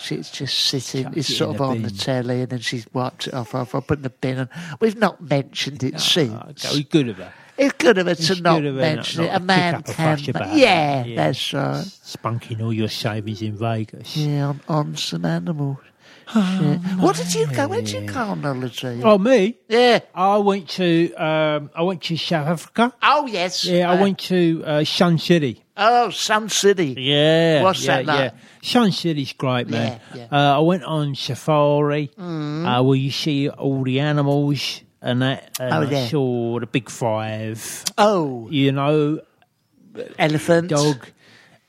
[SPEAKER 1] She's just sitting. It's
[SPEAKER 2] it in
[SPEAKER 1] sort of
[SPEAKER 2] the
[SPEAKER 1] on the
[SPEAKER 2] bin.
[SPEAKER 1] telly, and then she's wiped it off. Off. I put it in the bin, and we've not mentioned it since.
[SPEAKER 2] Oh, Okay, good of her.
[SPEAKER 1] It's good of her to
[SPEAKER 2] good
[SPEAKER 1] not
[SPEAKER 2] of her not-
[SPEAKER 1] mention
[SPEAKER 2] not
[SPEAKER 1] it. A
[SPEAKER 2] to
[SPEAKER 1] man
[SPEAKER 2] pick up a
[SPEAKER 1] can.
[SPEAKER 2] fuss about it.
[SPEAKER 1] Yeah,
[SPEAKER 2] Yeah.
[SPEAKER 1] that's right.
[SPEAKER 2] Spunking all your savings in Vegas.
[SPEAKER 1] Yeah, on, on some animal. shit. What did you go? Where did you go on holiday?
[SPEAKER 2] Ah. Oh me.
[SPEAKER 1] Yeah.
[SPEAKER 2] I went to um, I went to South Africa.
[SPEAKER 1] Oh yes.
[SPEAKER 2] Yeah, I
[SPEAKER 1] Uh,
[SPEAKER 2] went to uh, Sun City.
[SPEAKER 1] Oh, Sun City.
[SPEAKER 2] Yeah,
[SPEAKER 1] What's
[SPEAKER 2] yeah,
[SPEAKER 1] that like?
[SPEAKER 2] Yeah. Sun City's great, man.
[SPEAKER 1] Yeah, Mm.
[SPEAKER 2] Uh, I went on safari uh, where you see all the animals and that. And
[SPEAKER 1] Oh,
[SPEAKER 2] I
[SPEAKER 1] yeah.
[SPEAKER 2] saw the big five.
[SPEAKER 1] Oh,
[SPEAKER 2] You know,
[SPEAKER 1] elephant.
[SPEAKER 2] dog.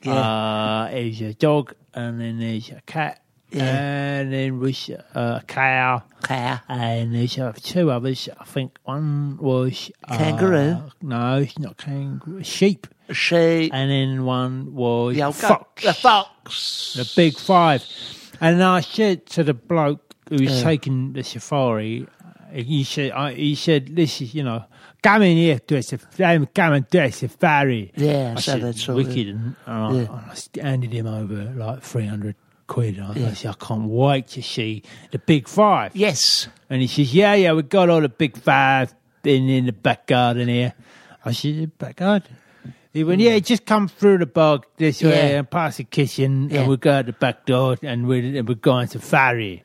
[SPEAKER 2] Uh, there's a dog, and then there's a cat,
[SPEAKER 1] Yeah.
[SPEAKER 2] and then was a cow.
[SPEAKER 1] Cow.
[SPEAKER 2] And there's uh, two others. I think one was uh,
[SPEAKER 1] Kangaroo?
[SPEAKER 2] No, it's not kangaroo. Sheep.
[SPEAKER 1] Sheep.
[SPEAKER 2] And then one was
[SPEAKER 1] The old goat.
[SPEAKER 2] fox.
[SPEAKER 1] The fox.
[SPEAKER 2] The big five. And I said to the bloke who was
[SPEAKER 1] Mm.
[SPEAKER 2] taking the safari, uh, he said, I, he said, this is, you know, come in here to a safari, come and do a safari.
[SPEAKER 1] Yeah,
[SPEAKER 2] I
[SPEAKER 1] so
[SPEAKER 2] said,
[SPEAKER 1] that's all
[SPEAKER 2] wicked.
[SPEAKER 1] it-
[SPEAKER 2] And, and I, and I s- handed him over like 300 quid. And I, I said, I can't wait to see the big five.
[SPEAKER 1] Yes.
[SPEAKER 2] And he says, Yeah, yeah, we've got all the big five in, in the back garden here. I said, "The Back garden? He went, Yeah, just come through the bog this way
[SPEAKER 1] Yeah.
[SPEAKER 2] and past the kitchen,
[SPEAKER 1] Yeah.
[SPEAKER 2] and we'll go out the back door and we're, and we're going to Farry.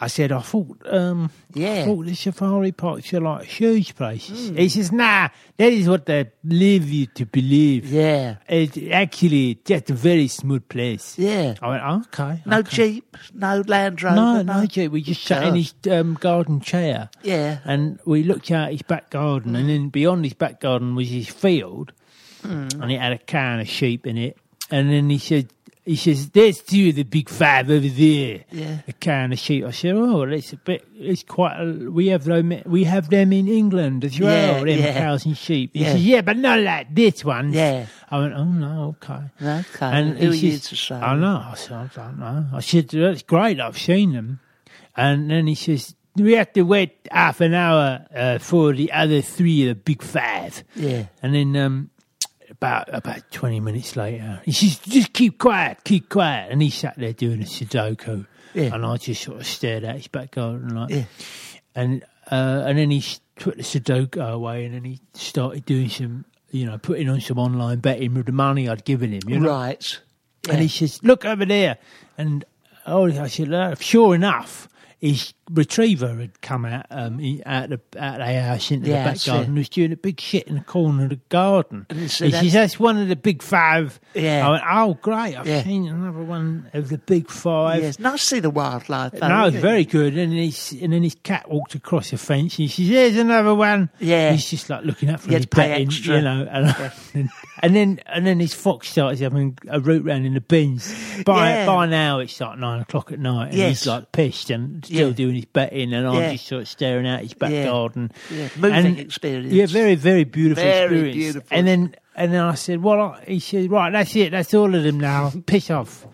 [SPEAKER 2] I said, I thought, um,
[SPEAKER 1] Yeah. Hmm.
[SPEAKER 2] I thought the safari parks are like huge places. He says, Nah, that is what they leave you to believe.
[SPEAKER 1] Yeah.
[SPEAKER 2] It's actually just a very small place.
[SPEAKER 1] Yeah.
[SPEAKER 2] I went, okay.
[SPEAKER 1] No
[SPEAKER 2] okay.
[SPEAKER 1] jeep. No Land Rover.
[SPEAKER 2] No, no, Jake. We just sat in
[SPEAKER 1] Gosh.
[SPEAKER 2] his um, garden chair.
[SPEAKER 1] Yeah.
[SPEAKER 2] And we looked out his back garden, and then beyond his back
[SPEAKER 1] Hmm.
[SPEAKER 2] garden was his field, and it had a cow and a sheep in it. And then he said, He says, "There's two of the big five over there."
[SPEAKER 1] Yeah.
[SPEAKER 2] A cow and a sheep. I said, "Oh, well, it's a bit. It's quite. A, we have them. We have them in England as well.
[SPEAKER 1] Yeah,
[SPEAKER 2] them
[SPEAKER 1] yeah.
[SPEAKER 2] cows and sheep." He
[SPEAKER 1] Yeah.
[SPEAKER 2] says, "Yeah, but not like this one."
[SPEAKER 1] Yeah.
[SPEAKER 2] I went, "Oh no, okay."
[SPEAKER 1] Okay.
[SPEAKER 2] And
[SPEAKER 1] Who are
[SPEAKER 2] he
[SPEAKER 1] you
[SPEAKER 2] says,
[SPEAKER 1] to say?
[SPEAKER 2] I know. I said, I don't know. I said, that's great. I've seen them. And then he says, we have to wait half an hour uh, for the other three, the big five.
[SPEAKER 1] Yeah.
[SPEAKER 2] And then um, about about 20 minutes later, he says, just keep quiet, keep quiet. And he sat there doing a Sudoku.
[SPEAKER 1] Yeah.
[SPEAKER 2] And I just sort of stared at his back garden like,
[SPEAKER 1] Yeah.
[SPEAKER 2] and uh, and then he s- took the Sudoku away, and then he started doing some, you know, putting on some online betting with the money I'd given him. You know?
[SPEAKER 1] Right.
[SPEAKER 2] And he says, "Look over there." And oh, I said, "Uh, "Sure enough, his retriever had come out um, he- out the out the house into
[SPEAKER 1] Yeah,
[SPEAKER 2] the
[SPEAKER 1] I
[SPEAKER 2] back
[SPEAKER 1] see.
[SPEAKER 2] garden. and was doing a big shit in the corner of the garden."
[SPEAKER 1] And he
[SPEAKER 2] he
[SPEAKER 1] said,
[SPEAKER 2] says, "That's one of the big five.
[SPEAKER 1] Yeah.
[SPEAKER 2] I went, "Oh, great! I've
[SPEAKER 1] Yeah.
[SPEAKER 2] seen another one of the big five.
[SPEAKER 1] Yes. Nice to see the wildlife. Though,
[SPEAKER 2] No, it's
[SPEAKER 1] isn't it?
[SPEAKER 2] very good. And then, his, and then his cat walked across the fence and she says, Here's another one.
[SPEAKER 1] Yeah.
[SPEAKER 2] He's just like looking up for
[SPEAKER 1] You
[SPEAKER 2] his
[SPEAKER 1] had to pay
[SPEAKER 2] betting,
[SPEAKER 1] extra.
[SPEAKER 2] you know. And, and then and then his fox starts having a route round in the bins. By,
[SPEAKER 1] Yeah.
[SPEAKER 2] by now, it's like nine o'clock at night and
[SPEAKER 1] Yes.
[SPEAKER 2] he's like pissed and still
[SPEAKER 1] Yeah.
[SPEAKER 2] doing his betting. And I'm
[SPEAKER 1] Yeah.
[SPEAKER 2] just sort of staring out his back
[SPEAKER 1] Yeah.
[SPEAKER 2] garden.
[SPEAKER 1] Yeah, moving
[SPEAKER 2] And-
[SPEAKER 1] experience.
[SPEAKER 2] Yeah, very, very beautiful
[SPEAKER 1] Very
[SPEAKER 2] experience.
[SPEAKER 1] beautiful.
[SPEAKER 2] And then and then I said, Well, I, he said, Right, that's it. That's all of them now. Piss off.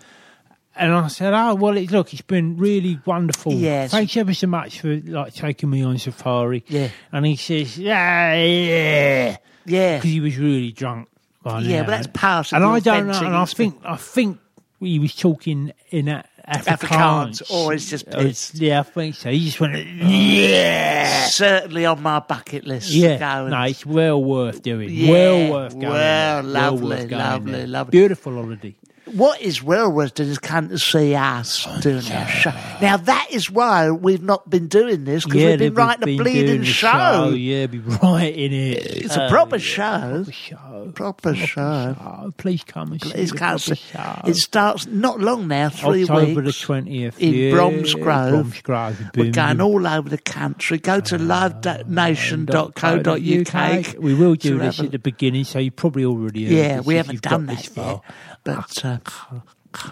[SPEAKER 2] And I said, "Oh well, it, look, it's been really wonderful.
[SPEAKER 1] Yes.
[SPEAKER 2] Thanks ever so much for like taking me on safari."
[SPEAKER 1] Yeah.
[SPEAKER 2] And he says, "Yeah, yeah,"
[SPEAKER 1] Yeah.
[SPEAKER 2] because he was really drunk. By
[SPEAKER 1] Yeah,
[SPEAKER 2] now.
[SPEAKER 1] but that's part of
[SPEAKER 2] And
[SPEAKER 1] the
[SPEAKER 2] I don't know.
[SPEAKER 1] fencing,
[SPEAKER 2] And I
[SPEAKER 1] isn't it?
[SPEAKER 2] think I think he was talking in a
[SPEAKER 1] Afrikaans,
[SPEAKER 2] Afrikaans,
[SPEAKER 1] or it's just
[SPEAKER 2] Or it's-
[SPEAKER 1] pissed. Oh.
[SPEAKER 2] yeah, I think so. He just went, "Yeah."
[SPEAKER 1] Certainly on my bucket list. to
[SPEAKER 2] Yeah,
[SPEAKER 1] go and-
[SPEAKER 2] no, it's well worth doing.
[SPEAKER 1] Yeah,
[SPEAKER 2] well worth going.
[SPEAKER 1] well,
[SPEAKER 2] there.
[SPEAKER 1] lovely,
[SPEAKER 2] well worth going
[SPEAKER 1] lovely,
[SPEAKER 2] there.
[SPEAKER 1] lovely.
[SPEAKER 2] Beautiful holiday.
[SPEAKER 1] What is well worth doing is coming to see us doing our show. Now that is why we've not been doing this because we've been
[SPEAKER 2] they've
[SPEAKER 1] writing
[SPEAKER 2] been
[SPEAKER 1] a
[SPEAKER 2] doing
[SPEAKER 1] bleeding
[SPEAKER 2] the
[SPEAKER 1] show.
[SPEAKER 2] Yeah, be right in it. Uh,
[SPEAKER 1] It's a proper show.
[SPEAKER 2] show.
[SPEAKER 1] Proper show.
[SPEAKER 2] Oh, please come and
[SPEAKER 1] It's
[SPEAKER 2] see
[SPEAKER 1] kind
[SPEAKER 2] the
[SPEAKER 1] of-
[SPEAKER 2] proper show.
[SPEAKER 1] It starts not long now, three
[SPEAKER 2] October
[SPEAKER 1] weeks.
[SPEAKER 2] the twentieth
[SPEAKER 1] in Bromsgrove.
[SPEAKER 2] Bromsgrove,
[SPEAKER 1] We're going
[SPEAKER 2] Birmingham.
[SPEAKER 1] all over the country. Go
[SPEAKER 2] Ah,
[SPEAKER 1] to livenation.co.uk.
[SPEAKER 2] We will do
[SPEAKER 1] to
[SPEAKER 2] this
[SPEAKER 1] have a-
[SPEAKER 2] at the beginning, so you probably already. heard
[SPEAKER 1] Yeah,
[SPEAKER 2] this
[SPEAKER 1] we
[SPEAKER 2] if
[SPEAKER 1] haven't
[SPEAKER 2] you've got
[SPEAKER 1] done
[SPEAKER 2] this
[SPEAKER 1] that yet.
[SPEAKER 2] far. Ah,
[SPEAKER 1] But, uh,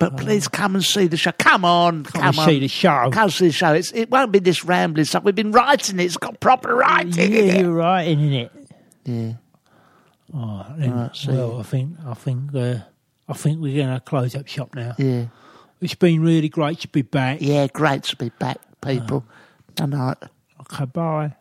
[SPEAKER 1] but please come and see the show. Come on, come,
[SPEAKER 2] and
[SPEAKER 1] on.
[SPEAKER 2] see the show.
[SPEAKER 1] Come see the show. It's, it won't be this rambling stuff. We've been writing it. It's got proper writing in
[SPEAKER 2] Yeah,
[SPEAKER 1] it.
[SPEAKER 2] you're right in it.
[SPEAKER 1] Yeah.
[SPEAKER 2] Oh, then, well, I think I think uh, I think we're going to close up shop now.
[SPEAKER 1] Yeah.
[SPEAKER 2] It's been really great to be back.
[SPEAKER 1] Yeah, great to be back, people. And I,
[SPEAKER 2] Okay, bye.